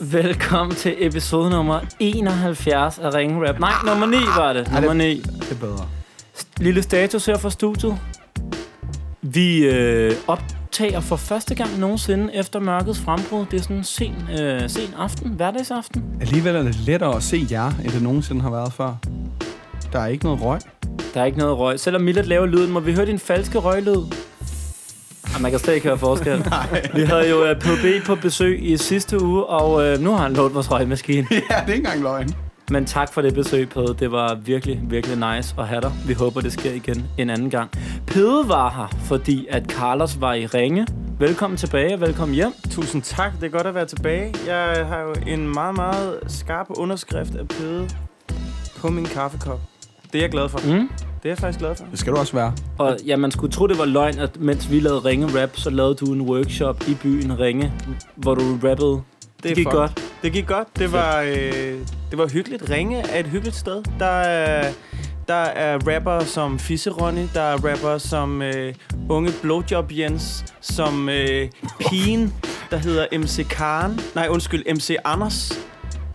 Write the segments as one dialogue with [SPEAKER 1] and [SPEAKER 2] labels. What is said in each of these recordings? [SPEAKER 1] Velkommen til episode nummer 71 af Ring Rap. Nej, nummer 9 var det. Nummer 9.
[SPEAKER 2] Det er bedre.
[SPEAKER 1] Lille status her fra studiet. Vi øh, optager for første gang nogensinde efter mørkets frembrud. Det er sådan en sen, øh, sen aften, hverdagsaften.
[SPEAKER 2] Alligevel er det lettere at se jer, end det nogensinde har været før. Der er ikke noget røg.
[SPEAKER 1] Der er ikke noget røg. Selvom Millet laver lyden, må vi høre din falske røglyd. Ah, man kan slet ikke høre forskel. vi havde jo øh, PB på besøg i sidste uge, og øh, nu har han lånt vores røgmaskine.
[SPEAKER 2] ja, det er ikke engang løgn.
[SPEAKER 1] Men tak for det besøg, Pede. Det var virkelig, virkelig nice at have dig. Vi håber, det sker igen en anden gang. Pede var her, fordi at Carlos var i ringe. Velkommen tilbage og velkommen hjem.
[SPEAKER 3] Tusind tak. Det er godt at være tilbage. Jeg har jo en meget, meget skarp underskrift af pæde på min kaffekop. Det er jeg glad for.
[SPEAKER 1] Mm.
[SPEAKER 3] Det er jeg faktisk glad for.
[SPEAKER 2] Det skal du også være.
[SPEAKER 1] Og ja, man skulle tro, det var løgn, at mens vi lavede ringe rap, så lavede du en workshop i byen Ringe, hvor du rappede. Det,
[SPEAKER 3] er
[SPEAKER 1] gik
[SPEAKER 3] fucked.
[SPEAKER 1] godt.
[SPEAKER 3] Det gik godt. Det var, øh, det var hyggeligt. Ringe er et hyggeligt sted. Der er, der er rapper som Fisse Ronny, der er rapper som øh, unge Blowjob Jens, som øh, pigen, der hedder MC Karen. Nej, undskyld, MC Anders.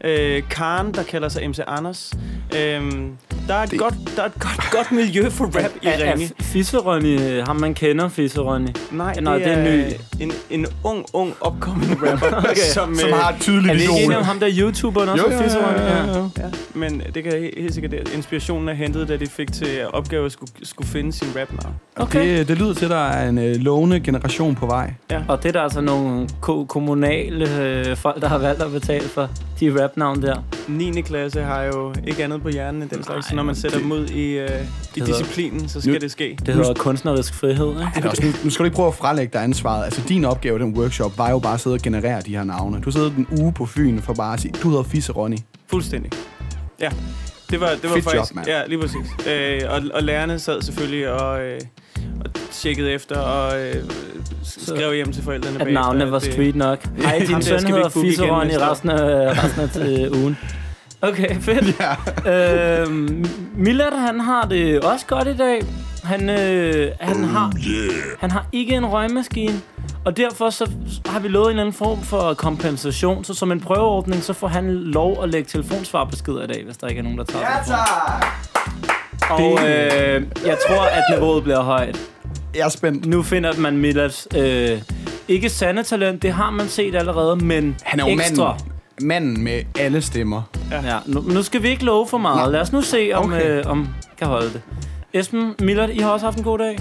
[SPEAKER 3] Øh, Karen, der kalder sig MC Anders. Øhm, der er et, godt, der er et godt, godt miljø for rap i
[SPEAKER 1] Er- er
[SPEAKER 3] Ringe.
[SPEAKER 1] Fisseronny, ham man kender, Fisseronny.
[SPEAKER 3] Nej,
[SPEAKER 1] Nå, det er ny.
[SPEAKER 3] en, en ung, ung, opkommende rapper, okay. som, øh,
[SPEAKER 2] Som har et tydeligt
[SPEAKER 1] Er vi ikke enige om
[SPEAKER 2] vision.
[SPEAKER 1] ham der YouTuberen også?
[SPEAKER 2] Jo, jo,
[SPEAKER 1] Fisseronny?
[SPEAKER 2] jo, jo, jo.
[SPEAKER 3] Ja, men det kan helt, helt sikkert, at inspirationen er hentet, da de fik til opgave at skulle, skulle finde sin rapnavn.
[SPEAKER 1] Okay.
[SPEAKER 2] Det, det lyder til, at der er en øh, lovende generation på vej.
[SPEAKER 1] Og det er der altså nogle ko- kommunale øh, folk, der har valgt at betale for de rapnavn der.
[SPEAKER 3] 9. klasse har jo ikke andet på hjernen end den slags,
[SPEAKER 1] Nej,
[SPEAKER 3] så når man
[SPEAKER 1] men
[SPEAKER 3] sætter
[SPEAKER 2] det-
[SPEAKER 3] dem ud i, øh, i
[SPEAKER 1] hedder-
[SPEAKER 3] disciplinen, så skal
[SPEAKER 2] Nu-
[SPEAKER 3] det ske.
[SPEAKER 1] Det hedder kunstnerisk frihed, ikke?
[SPEAKER 2] Men også, Altså, nu, nu skal du ikke prøve at frelægge dig ansvaret. Altså, din opgave i den workshop var jo bare at sidde og generere de her navne. Du sidder en uge på Fyn for bare at sige, du hedder Fisse Ronny.
[SPEAKER 3] Fuldstændig. Ja, det var, det var
[SPEAKER 2] Fedt job,
[SPEAKER 3] faktisk...
[SPEAKER 2] mand.
[SPEAKER 3] ja, lige præcis. Øh, og, og lærerne sad selvfølgelig og, øh, og tjekkede efter og øh, s-
[SPEAKER 1] Så-
[SPEAKER 3] skrev hjem til forældrene
[SPEAKER 1] At navnene
[SPEAKER 3] at
[SPEAKER 1] var
[SPEAKER 3] det-
[SPEAKER 1] street nok. Ej, din søn
[SPEAKER 3] Jamen, skal vi
[SPEAKER 1] hedder
[SPEAKER 3] ikke booke igen
[SPEAKER 1] Fisseron i
[SPEAKER 3] næste år?
[SPEAKER 1] resten af, resten af øh, ugen. Okay, fedt. Ja. Øhm, Millard, han har det også godt i dag. Han, øh, han, har, han har ikke en røgmaskine. Og derfor så har vi lovet en eller anden form for kompensation. Så som en prøveordning, så får han lov at lægge telefonsvarbeskeder i dag, hvis der ikke er nogen, der tager ja,
[SPEAKER 2] Altså,
[SPEAKER 1] Og øh, jeg tror, at niveauet bliver højt.
[SPEAKER 2] Jeg er spændt.
[SPEAKER 1] Nu finder man Millads øh, ikke sande talent, det har man set allerede, men
[SPEAKER 2] Han er jo
[SPEAKER 1] ekstra.
[SPEAKER 2] manden, manden med alle stemmer.
[SPEAKER 1] Ja, nu, nu skal vi ikke love for meget. Lad os nu se, om, okay.
[SPEAKER 2] Okay.
[SPEAKER 1] øh, om kan holde det. Esben, Millard, I har også haft en god dag.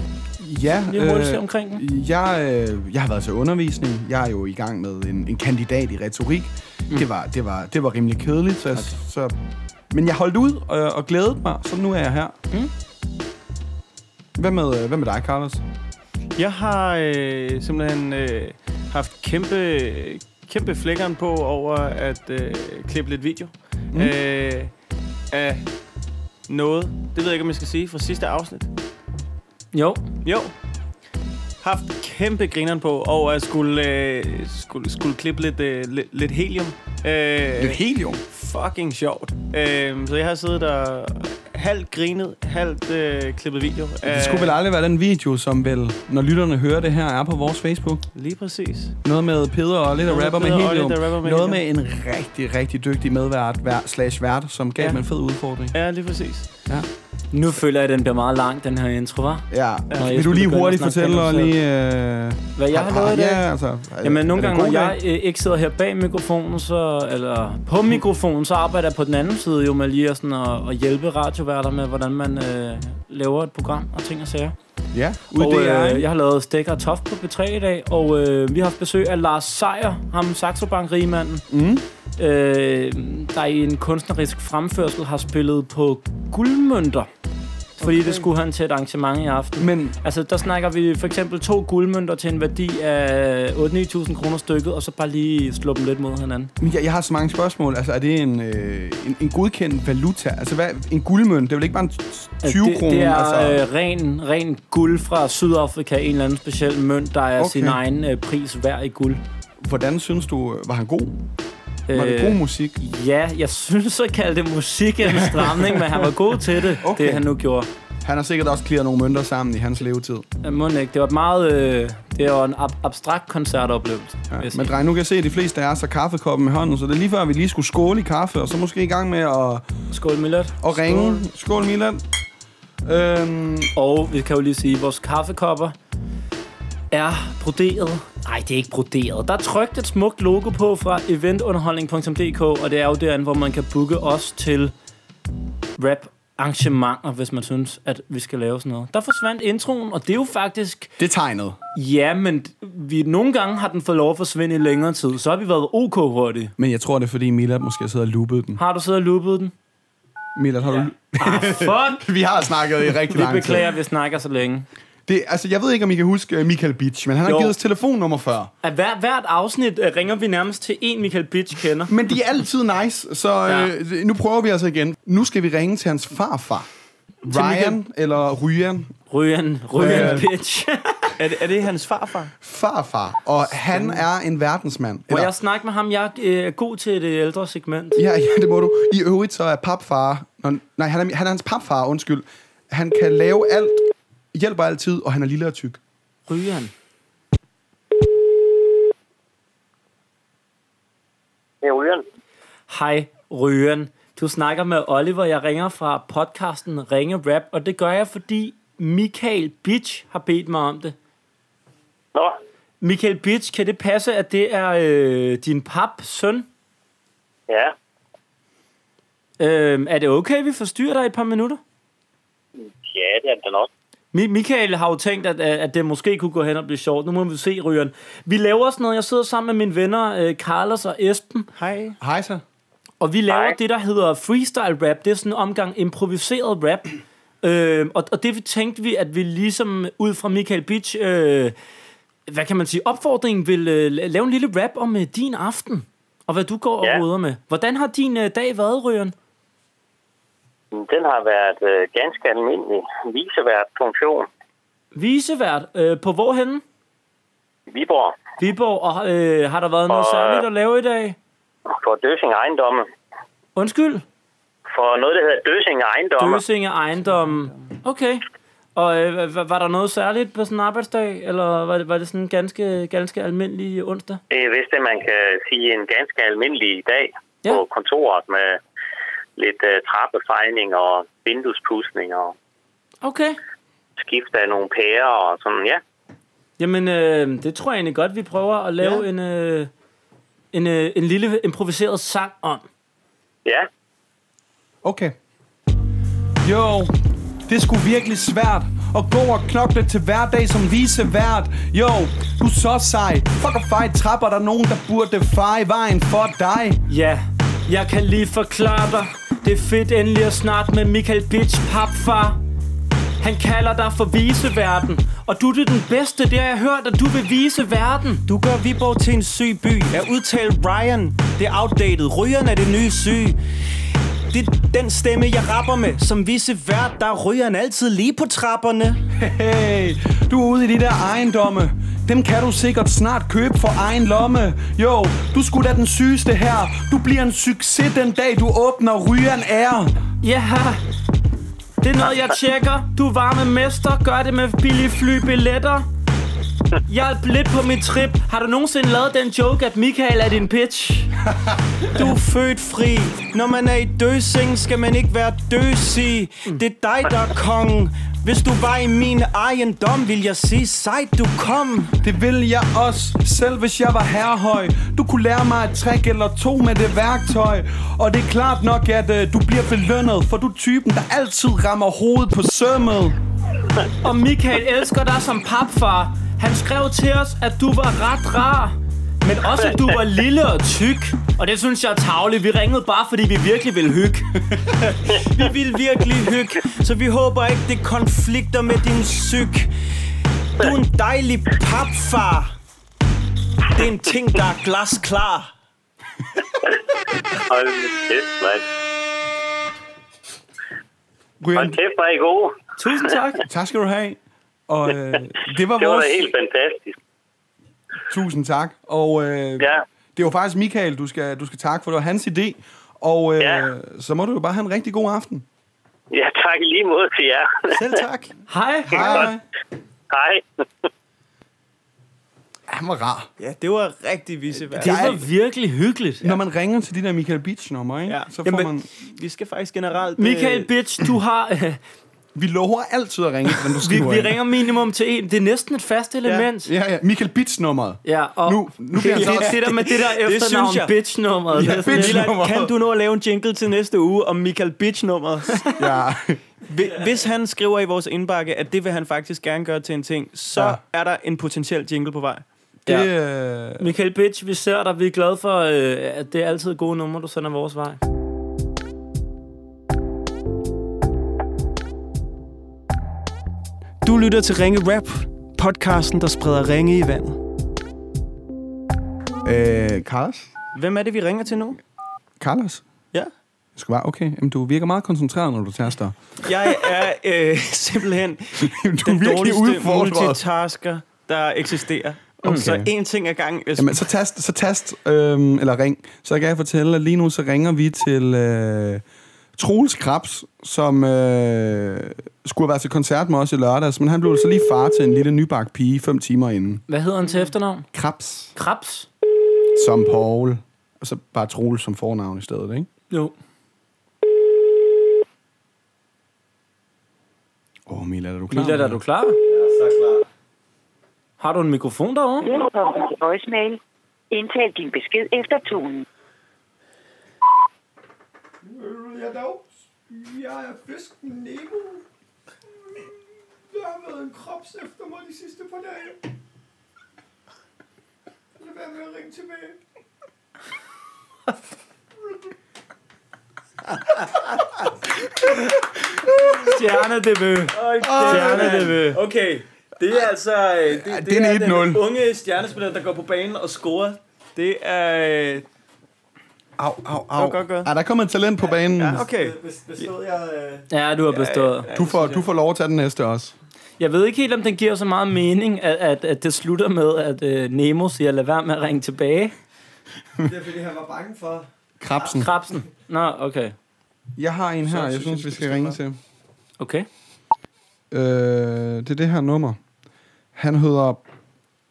[SPEAKER 2] Ja,
[SPEAKER 1] Lige hurtigt se omkring
[SPEAKER 2] jeg, øh, jeg har været til undervisning. Jeg er jo i gang med en, en kandidat i retorik. Mm. Det, var, det, var, det var rimelig kedeligt, så, okay. så, men jeg holdt ud og, og glædede mig, så nu er jeg her.
[SPEAKER 1] Mm.
[SPEAKER 2] Hvad med, øh, hvad med dig, Carlos?
[SPEAKER 3] Jeg har øh, simpelthen øh, haft kæmpe, kæmpe flækkeren på over at øh, klippe lidt video
[SPEAKER 2] Mm.
[SPEAKER 3] mm. øh, af noget, det ved jeg ikke, om jeg skal sige, fra sidste afsnit.
[SPEAKER 1] Jo,
[SPEAKER 3] Jo, haft kæmpe grineren på over at skulle, øh, skulle, skulle klippe lidt, øh, lidt, lidt helium. Øh,
[SPEAKER 2] Lidt helium.
[SPEAKER 3] fucking sjovt. Øh, så jeg har siddet og halvt grinet, halvt øh, klippet video. Øh,
[SPEAKER 2] Det skulle vel aldrig være den video, som vel, når lytterne hører det her, er på vores Facebook.
[SPEAKER 3] Lige præcis.
[SPEAKER 2] Noget med Peder og lidt
[SPEAKER 3] Noget
[SPEAKER 2] af
[SPEAKER 3] med
[SPEAKER 2] rapper med
[SPEAKER 3] Peder Olle,
[SPEAKER 2] helium.
[SPEAKER 3] der rapper med
[SPEAKER 2] Noget med en rigtig, rigtig dygtig medvært vær, slash vært, som gav
[SPEAKER 3] Ja.
[SPEAKER 2] ja. mig en fed udfordring.
[SPEAKER 3] Ja, lige præcis.
[SPEAKER 1] nu føler jeg, at den bliver meget lang, den her intro, var.
[SPEAKER 2] Ja.
[SPEAKER 1] Nå,
[SPEAKER 2] Vil
[SPEAKER 1] Jesper,
[SPEAKER 2] du lige
[SPEAKER 1] begynder at
[SPEAKER 2] hurtigt
[SPEAKER 1] snakke
[SPEAKER 2] fortælle
[SPEAKER 1] pænt om
[SPEAKER 2] og
[SPEAKER 1] selv.
[SPEAKER 2] lige... Øh,
[SPEAKER 1] Hvad jeg har lavet i dag?
[SPEAKER 2] Ja, altså... er-
[SPEAKER 1] Jamen
[SPEAKER 2] er
[SPEAKER 1] nogle
[SPEAKER 2] det
[SPEAKER 1] gange,
[SPEAKER 2] en
[SPEAKER 1] når
[SPEAKER 2] god
[SPEAKER 1] jeg øh, ikke sidder her bag mikrofonen, så, eller på mikrofonen, så arbejder jeg på den anden side jo med lige at, sådan, at, at hjælpe radioværter med, hvordan man øh, laver et program og ting og sager.
[SPEAKER 2] dag? Ja, ude
[SPEAKER 1] Og
[SPEAKER 2] det er...
[SPEAKER 1] øh, jeg har lavet Stek og Toft på B3 i dag, og øh, vi har haft besøg af Lars Seier, ham Saxo Bank rigmanden,
[SPEAKER 2] Mm.
[SPEAKER 1] øh, der i en kunstnerisk fremførsel har spillet på guldmønter. Fordi okay. det skulle han til et arrangement i aften.
[SPEAKER 2] Men
[SPEAKER 1] Altså, der snakker vi for eksempel to guldmønter til en værdi af 8-9.000 kroner stykket, og så bare lige slå dem lidt mod hinanden.
[SPEAKER 2] men jeg, jeg har så mange spørgsmål. Altså, er det en, øh, en, en godkendt valuta? Altså, hvad, en guldmønt, det er vel ikke bare en t- 20
[SPEAKER 1] det,
[SPEAKER 2] kroner?
[SPEAKER 1] det er
[SPEAKER 2] altså,
[SPEAKER 1] øh, ren, ren guld fra Sydafrika, en eller anden speciel mønt, der er okay.
[SPEAKER 2] Okay.
[SPEAKER 1] sin egen øh, pris værd i guld.
[SPEAKER 2] Hvordan synes du, øh, var han god? Var det
[SPEAKER 1] Øh,
[SPEAKER 2] god musik?
[SPEAKER 1] Ja, jeg synes at kalde det musik er en stramning, men han var god til det,
[SPEAKER 2] Okay.
[SPEAKER 1] det han nu gjorde.
[SPEAKER 2] Han har sikkert også clearet nogle mønter sammen i hans levetid.
[SPEAKER 1] Ja, må ikke. Det var et meget... Øh, det var en ab- abstrakt koncertoplevelse. vil
[SPEAKER 2] Ja.
[SPEAKER 1] jeg sige.
[SPEAKER 2] Men dreng, nu kan jeg se, at de fleste af os har kaffekoppen i hånden, så det er lige før, vi lige skulle skåle i kaffe, og så måske i gang med at,
[SPEAKER 1] Skål, Millert.
[SPEAKER 2] at ringe. Skål, Skål Milan. Øhm,
[SPEAKER 1] Og vi kan jo lige sige, at vores kaffekopper er broderet. Nej, det er ikke broderet. Der er trykt et smukt logo på fra eventunderholdning.dk, og det er jo derinde, hvor man kan booke os til rap arrangementer, hvis man synes, at vi skal lave sådan noget. Der forsvandt introen, og det er jo faktisk...
[SPEAKER 2] det er tegnet.
[SPEAKER 1] Ja, men vi, nogle gange har den fået lov at forsvinde i længere tid, så har vi været ok hurtigt.
[SPEAKER 2] Men jeg tror, det er, fordi Milad måske sidder og loopet den.
[SPEAKER 1] Har du siddet og loopet den?
[SPEAKER 2] Milad, har ja. du...
[SPEAKER 1] Ah, fuck!
[SPEAKER 2] Vi har snakket i rigtig
[SPEAKER 1] Vi
[SPEAKER 2] lang tid.
[SPEAKER 1] beklager, at vi snakker så længe.
[SPEAKER 2] Det, altså, jeg ved ikke, om I kan huske øh, Michael Beach, men han har
[SPEAKER 1] Jo.
[SPEAKER 2] givet os telefonnummer før.
[SPEAKER 1] At hver, hvert afsnit øh, ringer vi nærmest til en Michael Bitch kender.
[SPEAKER 2] Men de er altid nice, så
[SPEAKER 1] Ja.
[SPEAKER 2] øh, nu prøver vi altså igen. Nu skal vi ringe til hans farfar. Ryan eller Ryan.
[SPEAKER 1] Ryan, Ryan
[SPEAKER 2] Øh.
[SPEAKER 1] bitch.
[SPEAKER 3] Er det, er det hans farfar?
[SPEAKER 2] Farfar. Og han er en verdensmand.
[SPEAKER 1] Må jeg snakke med ham? Jeg øh, er god til det ældre segment.
[SPEAKER 2] Ja, ja, det må du. I øvrigt så er papfar... Nå, nej, han er, han er hans papfar, undskyld. Han kan lave alt, hjælper altid, og han er lille og tyk.
[SPEAKER 1] Ryan.
[SPEAKER 4] Det er Ryan.
[SPEAKER 1] Hej, Ryan. Du snakker med Oliver. Jeg ringer fra podcasten Ringe Rap, og det gør jeg, fordi Michael Bitch har bedt mig om det.
[SPEAKER 4] Nå,
[SPEAKER 1] Michael Bitch, kan det passe, at det er øh, din pap søn?
[SPEAKER 4] ja.
[SPEAKER 1] Øh, er det okay, vi forstyrrer dig et par minutter?
[SPEAKER 4] Ja, det er det da nok.
[SPEAKER 1] Mi- Michael har jo tænkt, at, at at det måske kunne gå hen og blive sjovt. Nu må vi se, Ryan. Vi laver sådan noget. Jeg sidder sammen med mine venner, øh, Carlos og Esben,
[SPEAKER 3] Hej.
[SPEAKER 2] Hej så.
[SPEAKER 1] Og vi laver
[SPEAKER 4] Hej.
[SPEAKER 1] det, der hedder freestyle rap. Det er sådan en omgang improviseret rap. Øh, og, og det vi tænkte vi, at vi ligesom ud fra Michael Beach, øh, hvad kan man sige, opfordringen, vil øh, la- lave en lille rap om øh, din aften. Og hvad du går
[SPEAKER 4] Ja.
[SPEAKER 1] og roder med. Hvordan har din øh, dag været, Røren?
[SPEAKER 4] Den har været øh, ganske almindelig visevært funktion.
[SPEAKER 1] Visevært, øh, på hvorhenne?
[SPEAKER 4] Viborg
[SPEAKER 1] Viborg, og øh, har der været noget
[SPEAKER 4] Og, øh,
[SPEAKER 1] særligt at lave i dag?
[SPEAKER 4] for Døsing Ejendomme.
[SPEAKER 1] Undskyld?
[SPEAKER 4] For noget, der hedder Døsing Ejendomme. Døs.
[SPEAKER 1] Døsinge ejendommen. Okay. Og øh, hva- hva- var der noget særligt på sådan en arbejdsdag, eller var det, var det sådan en ganske, ganske almindelig onsdag?
[SPEAKER 4] Det er vist det, man kan sige en ganske almindelig dag
[SPEAKER 1] Ja.
[SPEAKER 4] ja. på kontoret med lidt øh, trappefejning og vinduespusning og
[SPEAKER 1] Okay.
[SPEAKER 4] skift af nogle pærer og sådan, ja.
[SPEAKER 1] Jamen, øh, det tror jeg egentlig godt, vi prøver at lave ja. en, øh, en, øh, en lille improviseret sang om.
[SPEAKER 4] Ja,
[SPEAKER 2] Okay. Jo, det skulle virkelig svært at gå og knokle til hverdag som visevært. Jo, du er så sej. Fuck og fight, trapper der nogen, der burde feje vejen for dig.
[SPEAKER 1] Ja, jeg kan lige forklare dig. Det er fedt endelig at snart med Michael Bitch, papfar. Han kalder dig for viseverden, og du er den bedste, det har jeg hørt, at du vil vise verden.
[SPEAKER 3] Du gør Viborg til en syg by. Er udtalt Ryan. Det er outdated. Rygeren er det nye syg. Det er den stemme, jeg rapper med. Som visse vært, der er rygeren altid lige på trapperne.
[SPEAKER 2] Hey, du er ude i de der ejendomme. Dem kan du sikkert snart købe for egen lomme. Jo, du skulle da den sygeste her. Du bliver en succes den dag, du åbner rygeren ære.
[SPEAKER 1] Ja, det er noget, jeg tjekker. Du er varme mester, gør det med billige flybilletter. Jeg er lidt på mit trip. Har du nogensinde lavet den joke, at Michael er din pitch?
[SPEAKER 3] Du er født fri. Når man er i døsing, skal man ikke være døsig. Det er dig, der er kongen. Hvis du var i min ejendom, vil jeg sige, sejt du kom.
[SPEAKER 2] Det ville jeg også, selv hvis jeg var herrehøj Du kunne lære mig et trick eller to med det værktøj Og det er klart nok, at øh, du bliver belønnet For du er typen, der altid rammer hovedet på sømmet
[SPEAKER 1] Og Michael elsker dig som papfar. Han skrev til os, at du var ret rar. Men også, at du var lille og tyk. Og det synes jeg er tavligt. Vi ringede bare, fordi vi virkelig ville hygge.
[SPEAKER 3] Vi vil virkelig hygge, så vi håber ikke, det konflikter med din psyk. Du er en dejlig papfar. Det er en ting, der er glasklar.
[SPEAKER 4] hold nu kæft, mand. Hold
[SPEAKER 2] Brian,
[SPEAKER 4] kæft, hvor er I gode.
[SPEAKER 1] Tusind tak.
[SPEAKER 2] tak skal du have Og øh, det var
[SPEAKER 4] Det var
[SPEAKER 2] vores
[SPEAKER 4] da helt fantastisk.
[SPEAKER 2] Tusind tak Og øh,
[SPEAKER 4] Ja.
[SPEAKER 2] det var faktisk Michael, du skal, du skal takke for Det var hans idé Og øh,
[SPEAKER 4] Ja.
[SPEAKER 2] så må du jo bare have en rigtig god aften
[SPEAKER 4] Ja, tak i lige måde til jer.
[SPEAKER 2] Selv tak.
[SPEAKER 1] Hej.
[SPEAKER 2] Hej.
[SPEAKER 4] Hej.
[SPEAKER 2] Han var rar.
[SPEAKER 3] Ja, det var rigtig visse værd.
[SPEAKER 1] Det var virkelig hyggeligt.
[SPEAKER 2] Når man ringer til de der Michael Beach numre, ikke?
[SPEAKER 3] Ja.
[SPEAKER 2] så får
[SPEAKER 1] Jamen-
[SPEAKER 2] man...
[SPEAKER 3] Vi skal faktisk generelt... øh,
[SPEAKER 1] Michael Bitch, du har... øh,
[SPEAKER 2] Vi lover altid at ringe, når du
[SPEAKER 1] vi,
[SPEAKER 2] skriver
[SPEAKER 1] vi
[SPEAKER 2] ind.
[SPEAKER 1] ringer minimum til en. Det er næsten et fast element.
[SPEAKER 2] Ja, ja. Michael Beats nummeret.
[SPEAKER 1] Ja, og
[SPEAKER 2] Nu- nu bliver
[SPEAKER 1] det,
[SPEAKER 2] han
[SPEAKER 1] det,
[SPEAKER 2] så-
[SPEAKER 1] det der med det der
[SPEAKER 3] synes
[SPEAKER 1] efternavn,
[SPEAKER 3] jeg.
[SPEAKER 1] bitch-nummeret. det er sådan
[SPEAKER 2] bitch-
[SPEAKER 1] lidt-
[SPEAKER 3] Milan, kan du nå at lave en jingle til næste uge om Michael Bitch nummeret?
[SPEAKER 2] Ja.
[SPEAKER 3] Hvis han skriver i vores indbakke, at det vil han faktisk gerne gøre til en ting, så
[SPEAKER 2] Ja.
[SPEAKER 3] ja. er der en potentiel jingle på vej.
[SPEAKER 2] Det,
[SPEAKER 1] Ja.
[SPEAKER 2] ja. Øh,
[SPEAKER 1] Michael Bitch, vi ser dig. Vi er glade for, øh, at det er altid gode numre, du sender vores vej.
[SPEAKER 3] Du lytter til Ringe Rap, podcasten, der spreder ringe i vandet.
[SPEAKER 2] øh, Carlos?
[SPEAKER 3] Hvem er det, vi ringer til nu?
[SPEAKER 2] Carlos?
[SPEAKER 3] Ja.
[SPEAKER 2] Jeg skal bare, okay. Jamen, du virker meget koncentreret, når du taster.
[SPEAKER 3] Jeg er øh, simpelthen
[SPEAKER 2] Jamen, du
[SPEAKER 3] den dårligste
[SPEAKER 2] udfordret.
[SPEAKER 3] multitasker, der eksisterer. Okay.
[SPEAKER 2] Okay.
[SPEAKER 3] Så én ting ad gangen.
[SPEAKER 2] Jamen, så tast, så tast øhm, eller ring. Så kan jeg fortælle, at lige nu så ringer vi til øh, Troels Krabs, som øh, skulle have været til koncert med os i lørdags, men han blev så lige far til en lille nybagt pige fem timer inden.
[SPEAKER 1] Hvad hedder han til efternavn?
[SPEAKER 2] Krabs
[SPEAKER 1] Krabs?
[SPEAKER 2] som Paul, og så bare Troels som fornavn i stedet, ikke?
[SPEAKER 1] Jo.
[SPEAKER 2] Åh, oh, Mila, er du klar?
[SPEAKER 1] Mila, er du klar? Ja, så klar. Har du en mikrofon derovre?
[SPEAKER 5] Velkommen til voicemail. Indtal din besked efter tonen.
[SPEAKER 6] Jeg dog. Jeg er fisken Nemo. Der har været en krops efter mig de sidste par dage. Lad være med at ringe tilbage.
[SPEAKER 1] Stjernedebø. Stjernedebø.
[SPEAKER 3] Okay, det er altså øh, det, det,
[SPEAKER 2] det er en 1-0.
[SPEAKER 3] den unge stjernespiller, der går på banen og scorer. Det er... øh,
[SPEAKER 2] Au, au, au.
[SPEAKER 3] Det var godt gået.
[SPEAKER 2] Ah, der kommer et talent på banen. Ja,
[SPEAKER 3] Okay.
[SPEAKER 6] Bestod jeg... Øh...
[SPEAKER 1] Ja, du har bestået.
[SPEAKER 2] Du får, du får lov at tage den næste også.
[SPEAKER 1] Jeg ved ikke helt, om den giver så meget mening, at, at, at det slutter med, at øh, Nemo siger, lad være med at ringe tilbage.
[SPEAKER 6] Det er fordi, han var bange for...
[SPEAKER 2] Krabsen.
[SPEAKER 1] Krabsen. Nå, okay.
[SPEAKER 2] Jeg har en her, jeg synes, vi skal ringe til.
[SPEAKER 1] Okay.
[SPEAKER 2] Øh, det er det her nummer. Han hedder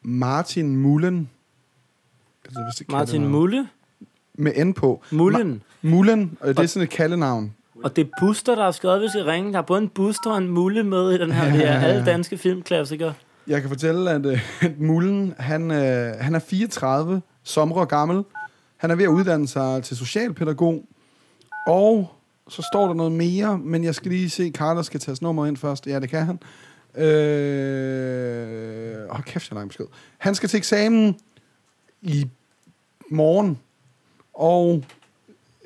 [SPEAKER 2] Martin Mullen. Altså, hvis det kan
[SPEAKER 1] Martin
[SPEAKER 2] det noget.
[SPEAKER 1] Mulle.
[SPEAKER 2] Med N på.
[SPEAKER 1] Mullen.
[SPEAKER 2] Mullen, og det er sådan et kaldenavn.
[SPEAKER 1] Og det er Buster, der har skrevet, hvis I ringer. Der er både en Buster og en Mulle med i den her. Det er alle danske filmklassikere.
[SPEAKER 2] Jeg kan fortælle, at, øh, at Mullen, han, øh, han er 34, sommer og gammel. Han er ved at uddanne sig til socialpædagog. Og så står der noget mere, men jeg skal lige se, Carlos skal tage nummeret ind først. Ja, det kan han. Øh... Åh, kæft, jeg har lang besked. Han skal til eksamen i morgen, og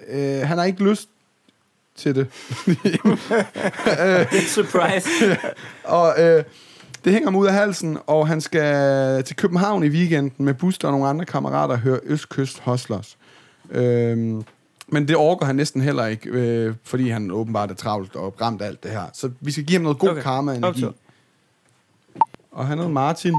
[SPEAKER 2] øh, han har ikke lyst til det.
[SPEAKER 1] Big surprise.
[SPEAKER 2] Og øh, det hænger ham ud af halsen, og han skal til København i weekenden med Buster og nogle andre kammerater og høre Østkyst Hustlers. Øhm, men det overgår han næsten heller ikke, øh, fordi han åbenbart er travlt og ramt af alt det her. Så vi skal give ham noget god okay.
[SPEAKER 3] Okay.
[SPEAKER 2] karma-energi.
[SPEAKER 3] Optur.
[SPEAKER 2] Og han hedder Martin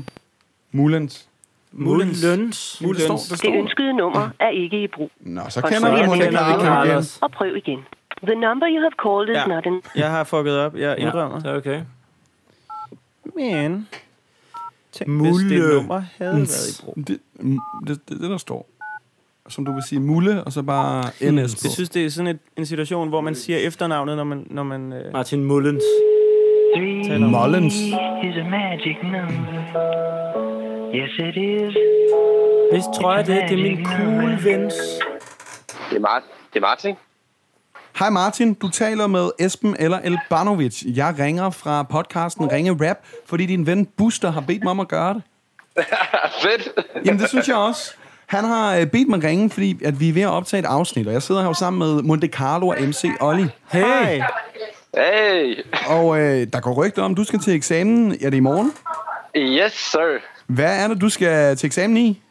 [SPEAKER 2] Mullens.
[SPEAKER 1] Mullens.
[SPEAKER 2] Det står, det
[SPEAKER 5] Det
[SPEAKER 2] står.
[SPEAKER 5] ønskede nummer er ikke i brug.
[SPEAKER 2] Nå, så
[SPEAKER 5] Og
[SPEAKER 2] kender
[SPEAKER 5] så
[SPEAKER 2] vi
[SPEAKER 5] er
[SPEAKER 2] ham
[SPEAKER 5] det
[SPEAKER 2] ikke
[SPEAKER 5] Carlos.
[SPEAKER 2] igen.
[SPEAKER 1] Carlos.
[SPEAKER 5] Og prøv igen. The number you have called is
[SPEAKER 3] Ja.
[SPEAKER 5] not in...
[SPEAKER 3] Jeg har fucket op, jeg indrømmer.
[SPEAKER 1] Det er okay.
[SPEAKER 3] Men... Tænk, hvis det
[SPEAKER 1] Mulle. Mm.
[SPEAKER 3] nummer havde været i brug.
[SPEAKER 2] Det, det, det, det, der står. Som du vil sige, Mulle, og så bare NS på.
[SPEAKER 3] Jeg synes, Hmm. det er sådan et, en situation, hvor man siger efternavnet, når man... Når man øh,
[SPEAKER 1] Martin Mullens.
[SPEAKER 5] Three
[SPEAKER 2] Mullins.
[SPEAKER 5] is a magic number. Yes, it is.
[SPEAKER 1] Hvis tror jeg det, det er min cool vens.
[SPEAKER 4] Det er, Martin. det er Martin.
[SPEAKER 2] Hej Martin, du taler med Esben eller Elbanovic. Jeg ringer fra podcasten Ringe Rap, fordi din ven Buster har bedt mig om at gøre det.
[SPEAKER 4] Fedt.
[SPEAKER 2] Jamen det synes jeg også. Han har øh, bedt mig ringe, fordi at vi er ved at optage et afsnit, og jeg sidder her jo sammen med Monte Carlo og MC Olli.
[SPEAKER 1] Hey!
[SPEAKER 4] Hey.
[SPEAKER 2] Og øh, der går rygter om, du skal til eksamen. Er det i morgen?
[SPEAKER 4] Yes, sir.
[SPEAKER 2] Hvad er det, du skal til eksamen i?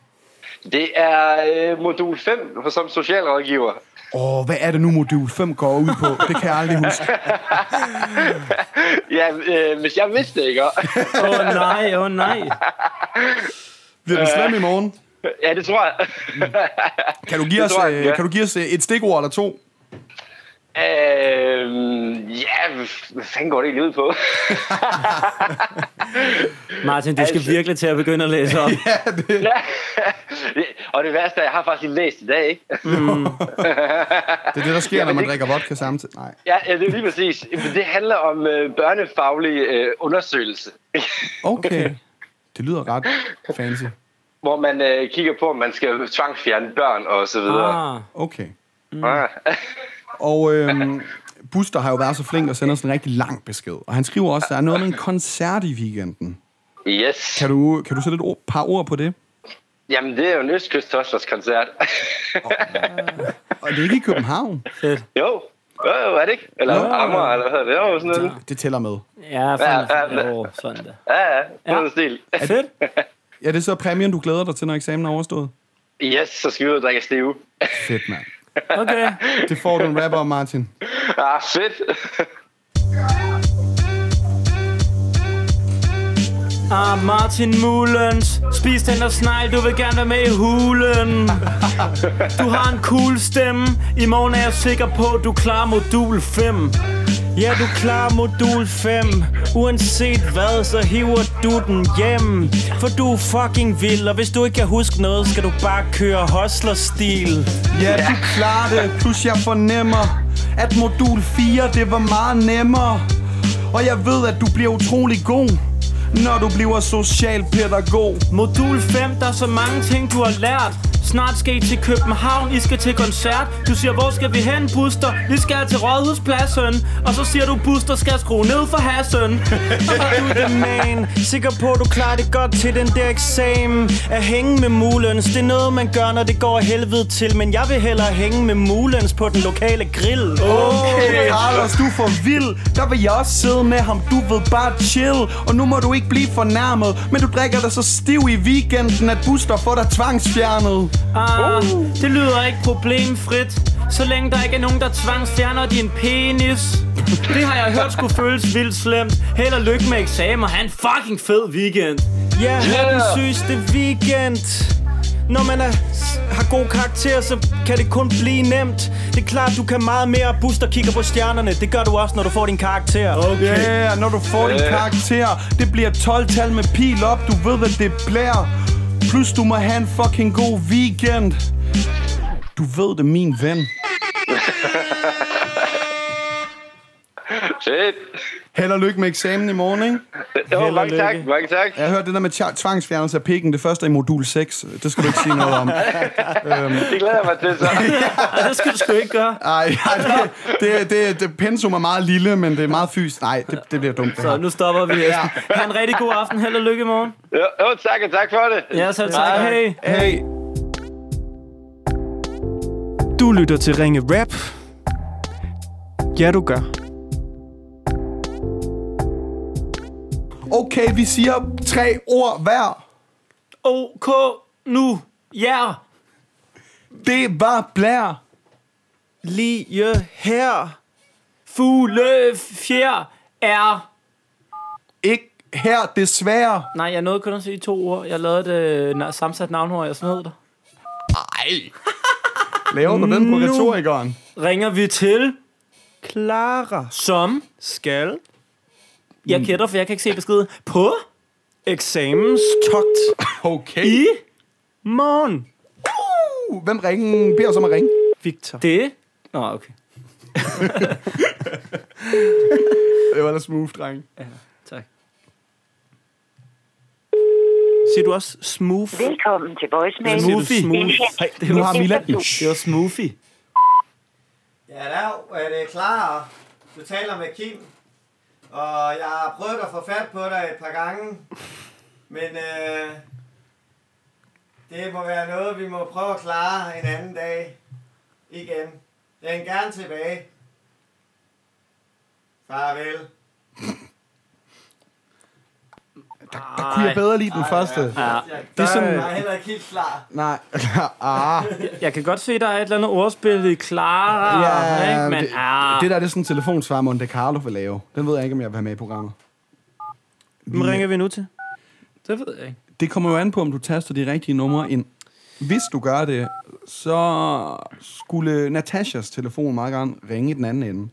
[SPEAKER 4] Det er øh, modul 5 som socialrådgiver.
[SPEAKER 2] Åh, oh, hvad er det nu, modul 5 går ud på? Det kan jeg aldrig huske.
[SPEAKER 4] Ja, øh, hvis jeg vidste det, ikke?
[SPEAKER 1] Åh oh, nej, åh oh, nej.
[SPEAKER 2] Bliver den slem i morgen?
[SPEAKER 4] ja, det tror jeg.
[SPEAKER 2] Kan du give os,
[SPEAKER 4] tror jeg,
[SPEAKER 2] øh,
[SPEAKER 4] ja.
[SPEAKER 2] kan du give os øh, et stikord eller to?
[SPEAKER 4] Øhm, ja,
[SPEAKER 7] hvad fanden går det egentlig ud på?
[SPEAKER 1] Martin, du skal
[SPEAKER 7] Altså-
[SPEAKER 1] virkelig til at begynde at læse op.
[SPEAKER 7] og det værste er, jeg har faktisk lige læst i dag, ikke?
[SPEAKER 8] Det er det, der sker,
[SPEAKER 7] Ja,
[SPEAKER 8] ja, når
[SPEAKER 7] men
[SPEAKER 8] man
[SPEAKER 7] det-
[SPEAKER 8] det... drikker vodka samtidig. Nej.
[SPEAKER 7] Ja, ja det er lige præcis. Men Det handler om øh, børnefaglig øh, undersøgelse,
[SPEAKER 8] Okay. Det lyder ret fancy.
[SPEAKER 7] hvor man øh, kigger på, om man skal tvangsfjerne børn og så videre.
[SPEAKER 1] Ah,
[SPEAKER 8] Okay.
[SPEAKER 7] Ah.
[SPEAKER 8] Og øhm, Buster har jo været så flink og sender os en rigtig lang besked. Og han skriver også, at der er noget med en koncert i weekenden.
[SPEAKER 7] Yes.
[SPEAKER 8] Kan du, kan du sætte et ord, par ord på det?
[SPEAKER 7] Jamen, det er jo en Østkyst koncert.
[SPEAKER 8] Og det er ikke i København.
[SPEAKER 7] jo. Jo, jo, er det ikke? Eller Amager, eller hvad hedder det? Jo, sådan noget.
[SPEAKER 8] Det tæller med.
[SPEAKER 1] ja, fanden.
[SPEAKER 7] ja.
[SPEAKER 1] Åh, sådan der.
[SPEAKER 7] Ja, ja, sådan en stil.
[SPEAKER 1] Fedt.
[SPEAKER 8] Ja, det er så præmien, du glæder dig til, når eksamen er overstået?
[SPEAKER 7] Yes, så skal vi ud og drikke stive.
[SPEAKER 8] Fedt, mand.
[SPEAKER 1] Okay.
[SPEAKER 8] Det får du en rapper om, Martin.
[SPEAKER 7] Ah, fedt.
[SPEAKER 1] Ah, Martin Mulens. Spis den der snegl, du vil gerne være med i hulen. Du har en cool stemme. I morgen er jeg sikker på, du klarer modul 5.
[SPEAKER 3] Ja, du klarer modul 5 Uanset hvad, så hiver du den hjem For du er fucking vild Og hvis du ikke kan huske noget, skal du bare køre hostlerstil
[SPEAKER 2] Ja, du klarer det, plus jeg fornemmer, at modul 4, det var meget nemmere. Og jeg ved, at du bliver utrolig god, når du bliver socialpædagog.
[SPEAKER 1] Modul 5, der er så mange ting, du har lært. Snart skal I til København, I skal til koncert. Du siger, hvor skal vi hen, Buster? Vi skal til Rådhuspladsen. Og så siger du, Buster skal skrue ned for hassen.
[SPEAKER 3] Du er the man Sikker på, du klarer det godt til den der eksamen At hænge med mulens Det er noget, man gør, når det går af helvede til Men jeg vil hellere hænge med mulens på den lokale grill
[SPEAKER 2] Okay, Anders, du er for vild. Der vil jeg også sidde med ham, du ved bare chill. Og nu må du ikke blive fornærmet, men du drikker dig så stiv i weekenden, at Buster får dig tvangsfjernet.
[SPEAKER 1] Ah, det lyder ikke problemfrit. Så længe der ikke er nogen, der tvangsfjerner din penis. Det har jeg hørt skulle føles vildt slemt. Held og lykke med eksamen og have en fucking fed weekend.
[SPEAKER 3] Ja, yeah, yeah. den sygeste weekend Når man er, har god karakter, så kan det kun blive nemt Det er klart, du kan meget mere Buster kigger på stjernerne Det gør du også, når du får din karakter
[SPEAKER 2] Okay. Yeah, når du får
[SPEAKER 1] Øh.
[SPEAKER 2] din karakter, det bliver 12-tal med pil op, du ved, hvad det blærer. Plus du må have en fucking god weekend. Du ved det, min ven.
[SPEAKER 7] Fedt.
[SPEAKER 8] Held og lykke med eksamen i morgen, ikke?
[SPEAKER 7] Jo, mange tak, mange tak.
[SPEAKER 8] Jeg har hørt det der med tja- tvangsfjernelse af pikken. Det første er i modul 6. Det skal du ikke sige noget om.
[SPEAKER 7] Det glæder jeg mig til, så.
[SPEAKER 1] Og det skal du sgu ikke gøre.
[SPEAKER 8] Ej, ej, det, det, det, det, pensum er meget lille, men det er meget fysisk. Nej, det, det bliver dumt. Det
[SPEAKER 1] Så
[SPEAKER 8] her.
[SPEAKER 1] nu stopper vi. Esben. Ha' en rigtig god aften. Held og lykke i morgen.
[SPEAKER 7] Jo, jo, tak, og tak for det.
[SPEAKER 1] Ja, selv tak. Hej.
[SPEAKER 2] Hey,
[SPEAKER 3] Du lytter til Ringe Rap Ja, du gør
[SPEAKER 2] okay, vi siger tre ord hver.
[SPEAKER 1] OK nu. Ja. Yeah.
[SPEAKER 2] Det var blær.
[SPEAKER 3] Lige her
[SPEAKER 1] Fugle fjer er...
[SPEAKER 2] Ikke her, desværre.
[SPEAKER 1] Nej, jeg nåede kun at sige to ord. Jeg lavede et øh, na- sammensat navnord, jeg smed dig.
[SPEAKER 8] Laver du den på retorikeren?
[SPEAKER 1] Ringer vi til
[SPEAKER 3] Clara
[SPEAKER 1] som...
[SPEAKER 3] skal
[SPEAKER 1] Jeg kætter, for jeg kan ikke se beskeden. På
[SPEAKER 3] eksamenstogt
[SPEAKER 8] Okay.
[SPEAKER 1] i
[SPEAKER 3] morgen
[SPEAKER 8] Uh, Hvem ringer? Beder os om at ringe.
[SPEAKER 3] Victor
[SPEAKER 1] det... Nå, okay.
[SPEAKER 8] Det var da smooth, dreng.
[SPEAKER 1] Tak.
[SPEAKER 3] Siger du også smooth?
[SPEAKER 9] Velkommen til voicemail.
[SPEAKER 3] Siger du
[SPEAKER 1] Smoothie.
[SPEAKER 3] smooth?
[SPEAKER 9] Hej,
[SPEAKER 8] Nu har Mila...
[SPEAKER 1] Det var smoothie.
[SPEAKER 6] Ja, der er det klar. Du taler med Kim. Og jeg har prøvet at få fat på dig et par gange. Men øh, det må være noget, vi må prøve at klare en anden dag. Igen. Ring gerne tilbage. Farvel.
[SPEAKER 8] Der kunne jeg bedre lide den første.
[SPEAKER 6] Det er
[SPEAKER 8] sådan-
[SPEAKER 6] Jeg er heller ikke helt klar.
[SPEAKER 8] Nej. ah,
[SPEAKER 1] Jeg kan godt se, der er et eller andet ordspil i Clara. Ja, ikke? Men,
[SPEAKER 8] det,
[SPEAKER 1] ah,
[SPEAKER 8] det der det er sådan en telefonsvar, Monte Carlo vil lave. Den ved jeg ikke, om jeg vil have med i programmet.
[SPEAKER 3] Hvem ringer vi nu til?
[SPEAKER 1] det ved jeg ikke.
[SPEAKER 2] Det kommer jo an på, om du taster de rigtige numre ind.
[SPEAKER 8] Hvis du gør det, så skulle Natashas telefon meget gerne ringe i den anden ende.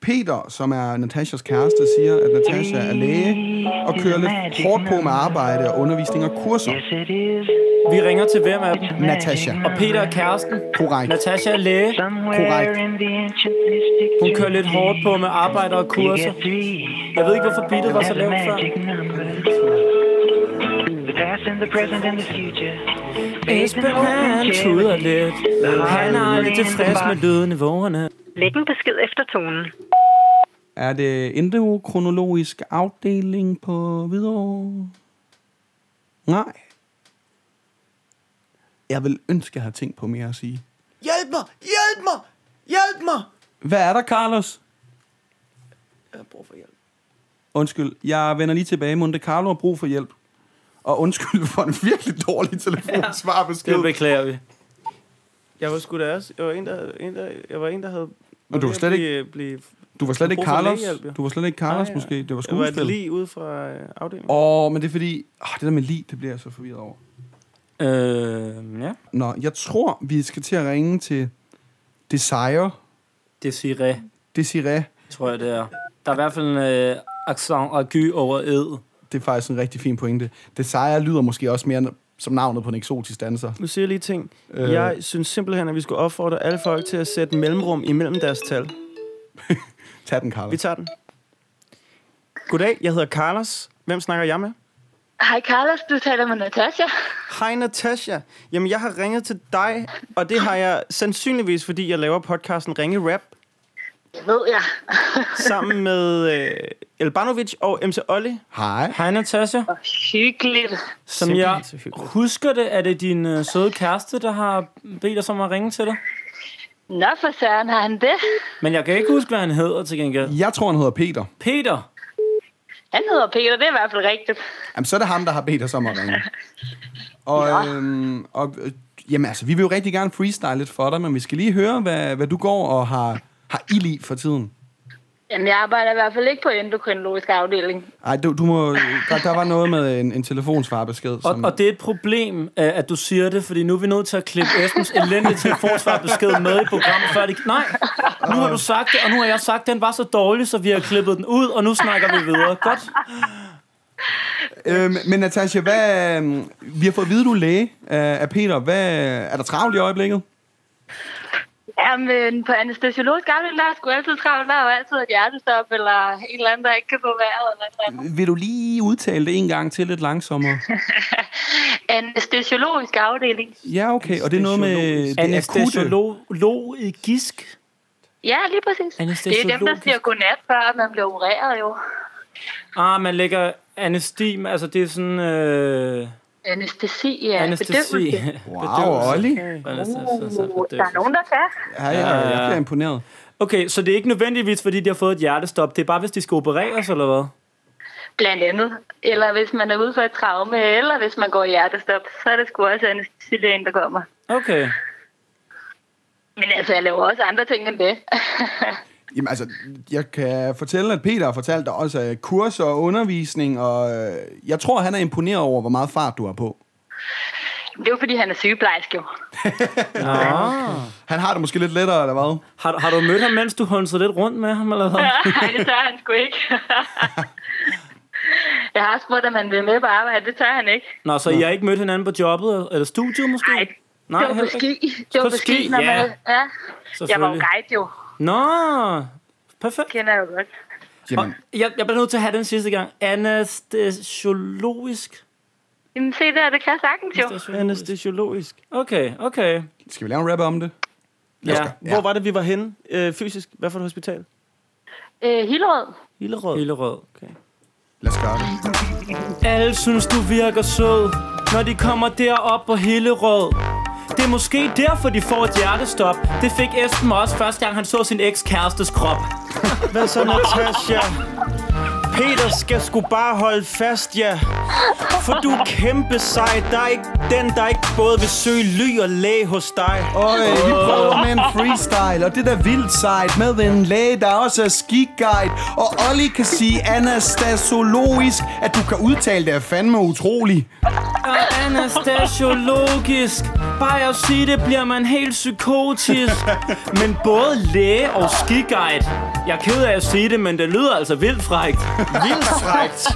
[SPEAKER 2] Peter, som er Natashas kæreste, siger, at Natasha er læge og kører lidt hårdt på med arbejde og undervisning og kurser.
[SPEAKER 1] Vi ringer til hvem af dem?
[SPEAKER 2] Natasha.
[SPEAKER 1] Og Peter er kæresten.
[SPEAKER 2] Korrekt.
[SPEAKER 1] Natasha er læge.
[SPEAKER 2] Korrekt.
[SPEAKER 1] Hun kører lidt hårdt på med arbejde og kurser. Jeg ved ikke, hvorfor beatet var så lavt før. Esben, han tuder lidt. Han er aldrig tilfreds med lyden i vågerne.
[SPEAKER 10] Læg en besked efter tonen.
[SPEAKER 2] Er det endokronologisk afdeling på Hvidovre? Nej. Jeg vil ønske, jeg havde tænkt på mere at sige.
[SPEAKER 11] Hjælp mig! Hjælp mig! Hjælp mig!
[SPEAKER 2] Hvad er der, Carlos?
[SPEAKER 11] Jeg har brug for hjælp.
[SPEAKER 2] Undskyld, jeg vender lige tilbage. Monte Carlo har brug for hjælp. Og undskyld for en virkelig dårlig telefonsvarbesked.
[SPEAKER 1] Det beklager vi.
[SPEAKER 3] Jeg var sgu da også. Jeg var en, der, en, der, jeg var en, der havde...
[SPEAKER 2] Og du var slet
[SPEAKER 3] blive, ikke... Blive,
[SPEAKER 2] Du var slet ikke
[SPEAKER 3] brug for
[SPEAKER 2] Carlos.
[SPEAKER 3] lægehjælp, jo.
[SPEAKER 2] Du var slet ikke Carlos, måske. Det var
[SPEAKER 3] Jeg var
[SPEAKER 2] skuespil.
[SPEAKER 3] lige ude fra øh, afdelingen.
[SPEAKER 2] Åh, oh, men det er fordi... Oh, det der med lige, det bliver jeg så forvirret over.
[SPEAKER 1] Øh, ja.
[SPEAKER 2] Nå, jeg tror, vi skal til at ringe til Desire.
[SPEAKER 1] Desiree,
[SPEAKER 2] Desiree.
[SPEAKER 1] tror jeg, det er. Der er i hvert fald en øh, accent og gy over ed.
[SPEAKER 2] Det er faktisk en rigtig fin pointe. Desire lyder måske også mere som navnet på en eksotisk danser.
[SPEAKER 3] Nu siger jeg lige ting.
[SPEAKER 2] Øh.
[SPEAKER 3] Øh. Jeg synes simpelthen, at vi skulle opfordre alle folk til at sætte mellemrum imellem deres tal.
[SPEAKER 2] Tag den, Carlos.
[SPEAKER 3] Vi tager den. Goddag, jeg hedder Carlos. Hvem snakker jeg med?
[SPEAKER 12] Hej Carlos, du taler med Natasha.
[SPEAKER 3] Hej Natasha. Jamen, jeg har ringet til dig, og det har jeg sandsynligvis, fordi jeg laver podcasten Ringe Rap
[SPEAKER 12] Det ved jeg.
[SPEAKER 3] sammen med øh, Elbanovic og MC Olli.
[SPEAKER 2] Hej.
[SPEAKER 1] Hej Natasha.
[SPEAKER 12] Hyggeligt.
[SPEAKER 1] Som jeg husker det, er det din øh, søde kæreste, der har bedt os om at ringe til dig.
[SPEAKER 12] Nå for søren har han det.
[SPEAKER 1] Men jeg kan ikke huske, hvad han hedder til gengæld.
[SPEAKER 2] Jeg tror, han hedder Peter.
[SPEAKER 1] Peter?
[SPEAKER 12] Han hedder Peter, det er i hvert fald rigtigt.
[SPEAKER 2] Jamen, så er det ham, der har bedt os om at ringe. Og, ja. øhm, og øh, jamen, altså, vi vil jo rigtig gerne freestyle lidt for dig, men vi skal lige høre, hvad, hvad du går og har, har ild i for tiden.
[SPEAKER 12] Jamen, jeg arbejder i hvert fald ikke på endokrinologisk afdeling.
[SPEAKER 2] Ej, du, du må, der, der var noget med en, en telefonsvarbesked.
[SPEAKER 1] Og, og det er et problem, øh, at du siger det, fordi nu er vi nødt til at klippe Esbens elendige telefonsvarbesked med i programmet, før det... Nej, nu har du sagt det, og nu har jeg sagt, at den var så dårlig, så vi har klippet den ud, og nu snakker vi videre. Godt.
[SPEAKER 2] Øhm, men Natasha, hvad, øhm, vi har fået at vide, du er læge øh, af af Peter. Hvad, er der travlt i øjeblikket?
[SPEAKER 12] Jamen, på anestesiologisk afdeling, der er sgu altid travlt. Der er jo altid et hjertestop, eller en eller anden, der ikke kan få vejret. Eller et eller andet.
[SPEAKER 2] Vil du lige udtale det en gang til lidt langsommere?
[SPEAKER 12] Anestesiologisk afdeling.
[SPEAKER 2] Ja, okay. Og det er øh. noget med det akutte.
[SPEAKER 1] Anestesiologisk?
[SPEAKER 12] Ja, lige præcis. Det er dem, der
[SPEAKER 1] Anæstesiologisk.
[SPEAKER 12] siger godnat, før man bliver opereret jo.
[SPEAKER 1] Ah, man lægger anæsti, altså det er sådan... Øh,
[SPEAKER 12] Anæstesi, ja.
[SPEAKER 1] anæstesi.
[SPEAKER 12] Bedøvelse.
[SPEAKER 2] Wow, Olli.
[SPEAKER 12] Uh, der er nogen, der tager.
[SPEAKER 2] Ja, ja, jeg bliver imponeret.
[SPEAKER 1] Okay, så det er ikke nødvendigvis, fordi de har fået et hjertestop. Det er bare, hvis de skal opereres, eller hvad?
[SPEAKER 12] Blandt andet. Eller hvis man er ude for et traume, eller hvis man går i hjertestop, så er det sgu også anestesilægen, der kommer.
[SPEAKER 1] Okay.
[SPEAKER 12] Men altså, jeg laver også andre ting end det.
[SPEAKER 2] Jamen altså, jeg kan fortælle, at Peter har fortalt dig også øh, kurser og undervisning, og øh, jeg tror, han er imponeret over, hvor meget fart du har på.
[SPEAKER 12] Det er jo, fordi han er sygeplejerske jo.
[SPEAKER 1] Ah.
[SPEAKER 2] Han har det måske lidt lettere, eller hvad?
[SPEAKER 1] Har, har du mødt ham, mens du hunsede lidt rundt med ham, eller hvad?
[SPEAKER 12] Nej, det tør han sgu ikke. jeg har spurgt, om han vil med på arbejde. Det tør han ikke.
[SPEAKER 1] Nå, så I har ikke mødt hinanden på jobbet, eller studiet måske? Nej, Nej
[SPEAKER 12] det var på
[SPEAKER 1] heller
[SPEAKER 12] ski.
[SPEAKER 1] ikke.
[SPEAKER 12] Det var
[SPEAKER 1] På
[SPEAKER 12] på ski,
[SPEAKER 1] ski,
[SPEAKER 12] når
[SPEAKER 1] ja.
[SPEAKER 12] man... Ja. Jeg var jo
[SPEAKER 1] Selvfølgelig.
[SPEAKER 12] guide jo.
[SPEAKER 1] Nå, perfekt.
[SPEAKER 12] Kender jeg jo godt.
[SPEAKER 2] Jamen,
[SPEAKER 1] Jeg, jeg bliver nødt til at have den sidste gang. Anæstesiologisk.
[SPEAKER 12] Jamen se der, det kan jeg sagtens jo.
[SPEAKER 3] Anæstesiologisk.
[SPEAKER 1] Okay, okay.
[SPEAKER 2] skal vi lave en rap om det?
[SPEAKER 1] Ja.
[SPEAKER 3] Hvor var det, vi var henne øh, fysisk? Hvad for et hospital?
[SPEAKER 12] Øh, Hillerød.
[SPEAKER 3] Hillerød.
[SPEAKER 1] Hillerød.
[SPEAKER 2] Lad os gøre det.
[SPEAKER 1] Alle synes, du virker sød, når de kommer derop på Hillerød. Det er måske derfor, de får et hjertestop. Det fik Esben også første gang, han så sin ekskærestes krop.
[SPEAKER 3] Hvad så, Natasha? Peter skal sgu bare holde fast, ja. For du er kæmpe sej. Der er ikke den, der ikke både vil søge ly og læge hos dig.
[SPEAKER 2] Øj, vi prøver med en freestyle, og det der vildt sejt med en læge, der også er skiguide. Og Olli kan sige anastasologisk, at du kan udtale det er fandme utrolig.
[SPEAKER 1] og anastasiologisk Bare at sige det, bliver man helt psykotisk Men både læge og skiguide Jeg er ked af at sige det, men det lyder altså vildt frægt
[SPEAKER 3] Vildt frægt.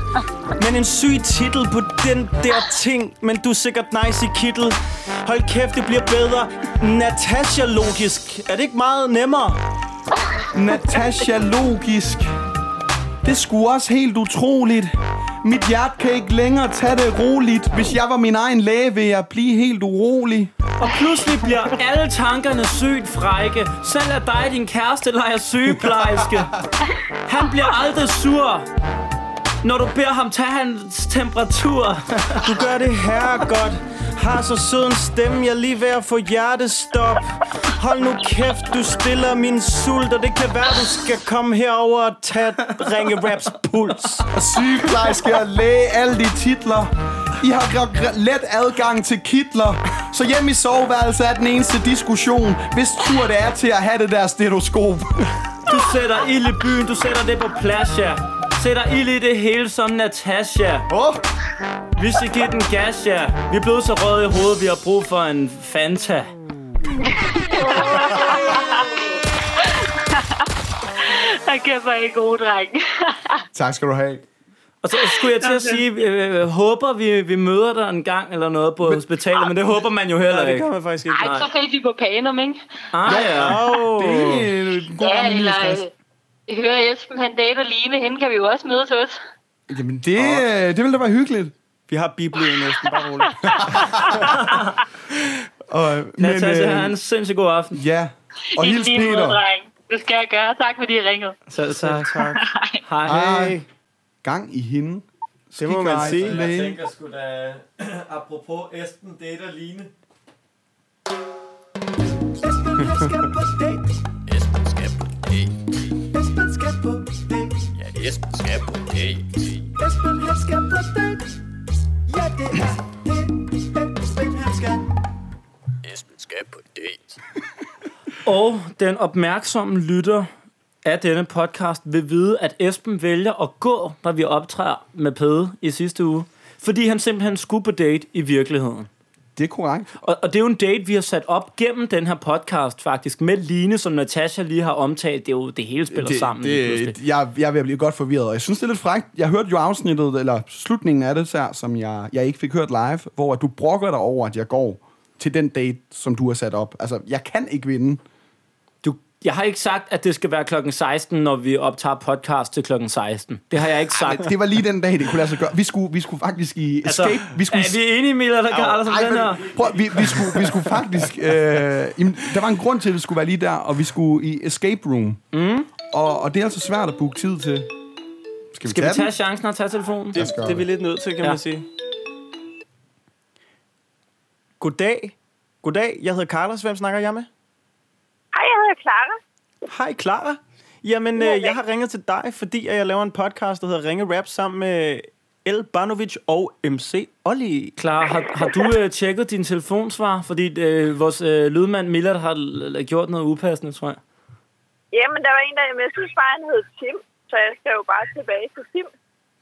[SPEAKER 3] Men en syg titel på den der ting Men du er sikkert nice i kittel Hold kæft, det bliver bedre Natasha-logisk Er det ikke meget nemmere?
[SPEAKER 2] Natasha logisk. Det skulle også helt utroligt. Mit hjerte kan ikke længere tage det roligt. Hvis jeg var min egen læge, ville jeg blive helt urolig.
[SPEAKER 1] Og pludselig bliver alle tankerne sygt frække Selv at dig, din kæreste, leger sygeplejerske Han bliver aldrig sur Når du beder ham tage hans temperatur
[SPEAKER 3] Du gør det her godt Har så sød en stemme, jeg er lige ved at få hjertestop Hold nu kæft, du stiller min sult Og det kan være, du skal komme herover og tage ringe raps puls
[SPEAKER 1] Altså,
[SPEAKER 2] Og sygeplejerske og læge, alle de titler. I har gr- gr- let adgang til kitler. Så hjemme i soveværelset er den eneste diskussion, hvis tur det er til at have det der stetoskop.
[SPEAKER 1] Du sætter ild i byen, du sætter det på plads, ja Sætter ild i det hele som Natasha
[SPEAKER 2] oh.
[SPEAKER 1] Vi skal give den gas, ja Vi er blevet så røde i hovedet, vi har brug for en Fanta
[SPEAKER 12] Jeg kæft, hvor er I gode, dreng.
[SPEAKER 2] Tak skal du have.
[SPEAKER 1] Og så skulle jeg til at sige, øh, håber vi, vi møder dig en gang eller noget på hospitalet, men det håber man jo heller
[SPEAKER 3] Ah. Nej,
[SPEAKER 1] ikke.
[SPEAKER 3] det kan man faktisk ikke.
[SPEAKER 12] Ej, så fik vi på Panum, ikke?
[SPEAKER 1] Ah, ja.
[SPEAKER 3] Åh.
[SPEAKER 12] Ja, eller øh, hører Esben, han dater Line, hende kan vi jo også mødes hos.
[SPEAKER 2] Jamen, det, oh. det ville da være hyggeligt.
[SPEAKER 3] Vi har biblet næsten, bare roligt.
[SPEAKER 2] Og, øh,
[SPEAKER 1] Natasha, have Altså, en sindssygt god aften.
[SPEAKER 2] Ja, og
[SPEAKER 12] I
[SPEAKER 2] hils
[SPEAKER 12] lige måde,
[SPEAKER 2] Peter.
[SPEAKER 12] dreng. Det skal jeg gøre. Tak fordi I ringede.
[SPEAKER 1] Så, så,
[SPEAKER 3] tak.
[SPEAKER 1] Hej.
[SPEAKER 2] Hej. Gang i hende. Det
[SPEAKER 3] må man sige.
[SPEAKER 6] Jeg tænker sgu da, apropos Esben, det er der Line.
[SPEAKER 13] Esben skal på date. Esben skal på date. Ja, Esben skal på date.
[SPEAKER 5] Esben han skal på date. Ja, det er det. Esben han skal.
[SPEAKER 13] Esben skal på date.
[SPEAKER 1] Og den opmærksomme lytter af denne podcast vil vide, at Esben vælger at gå, når vi optræder med Pede i sidste uge, fordi han simpelthen skulle på date i virkeligheden.
[SPEAKER 2] Det er korrekt.
[SPEAKER 1] Og, og det er jo en date, vi har sat op gennem den her podcast faktisk, med Line, som Natasha lige har omtalt. Det er jo det hele spiller det, sammen. lige pludselig.
[SPEAKER 2] det, jeg, jeg er ved at blive godt forvirret, og jeg synes, det er lidt frækt. Jeg hørte jo afsnittet, eller slutningen af det her, som jeg, jeg ikke fik hørt live, hvor at du brokker dig over, at jeg går til den date, som du har sat op. Altså, jeg kan ikke vinde.
[SPEAKER 1] Jeg har ikke sagt, at det skal være klokken 16, når vi optager podcast til klokken 16. Det har jeg ikke sagt.
[SPEAKER 2] Det var lige den dag, det kunne lade sig gøre. Vi skulle, vi skulle faktisk i escape. Altså, vi skulle...
[SPEAKER 1] er vi enige, Miller, der kan aldrig som
[SPEAKER 2] Ej,
[SPEAKER 1] den
[SPEAKER 2] men-
[SPEAKER 1] her?
[SPEAKER 2] Prøv, vi, vi, skulle, vi skulle faktisk... Øh, jamen, der var en grund til, at det skulle være lige der, og vi skulle i escape room. Mm. Og, og det er altså svært at booke tid til. Skal vi,
[SPEAKER 1] Skal vi
[SPEAKER 2] tage
[SPEAKER 1] tage
[SPEAKER 2] den?
[SPEAKER 1] chancen og tage telefonen?
[SPEAKER 2] Lad os
[SPEAKER 3] Det,
[SPEAKER 2] gøre
[SPEAKER 3] det er vi
[SPEAKER 2] det.
[SPEAKER 3] lidt nødt til, kan
[SPEAKER 1] Ja.
[SPEAKER 3] ja. man sige. Goddag. Goddag, jeg hedder Carlos. Hvem snakker jeg med?
[SPEAKER 14] Hej, jeg hedder Clara.
[SPEAKER 3] Hej, Clara. Jamen, øh, jeg har ringet til dig, fordi at jeg laver en podcast, der hedder Ringe Rap, sammen med El Banovic og MC Olli.
[SPEAKER 1] Clara, har, har du øh, tjekket din telefonsvar? Fordi øh, vores øh, lydmand Millard har l- l- gjort noget upassende, tror jeg.
[SPEAKER 14] Jamen, der var en, der... Men jeg synes bare, han hed Tim, så jeg skal jo bare tilbage til Tim.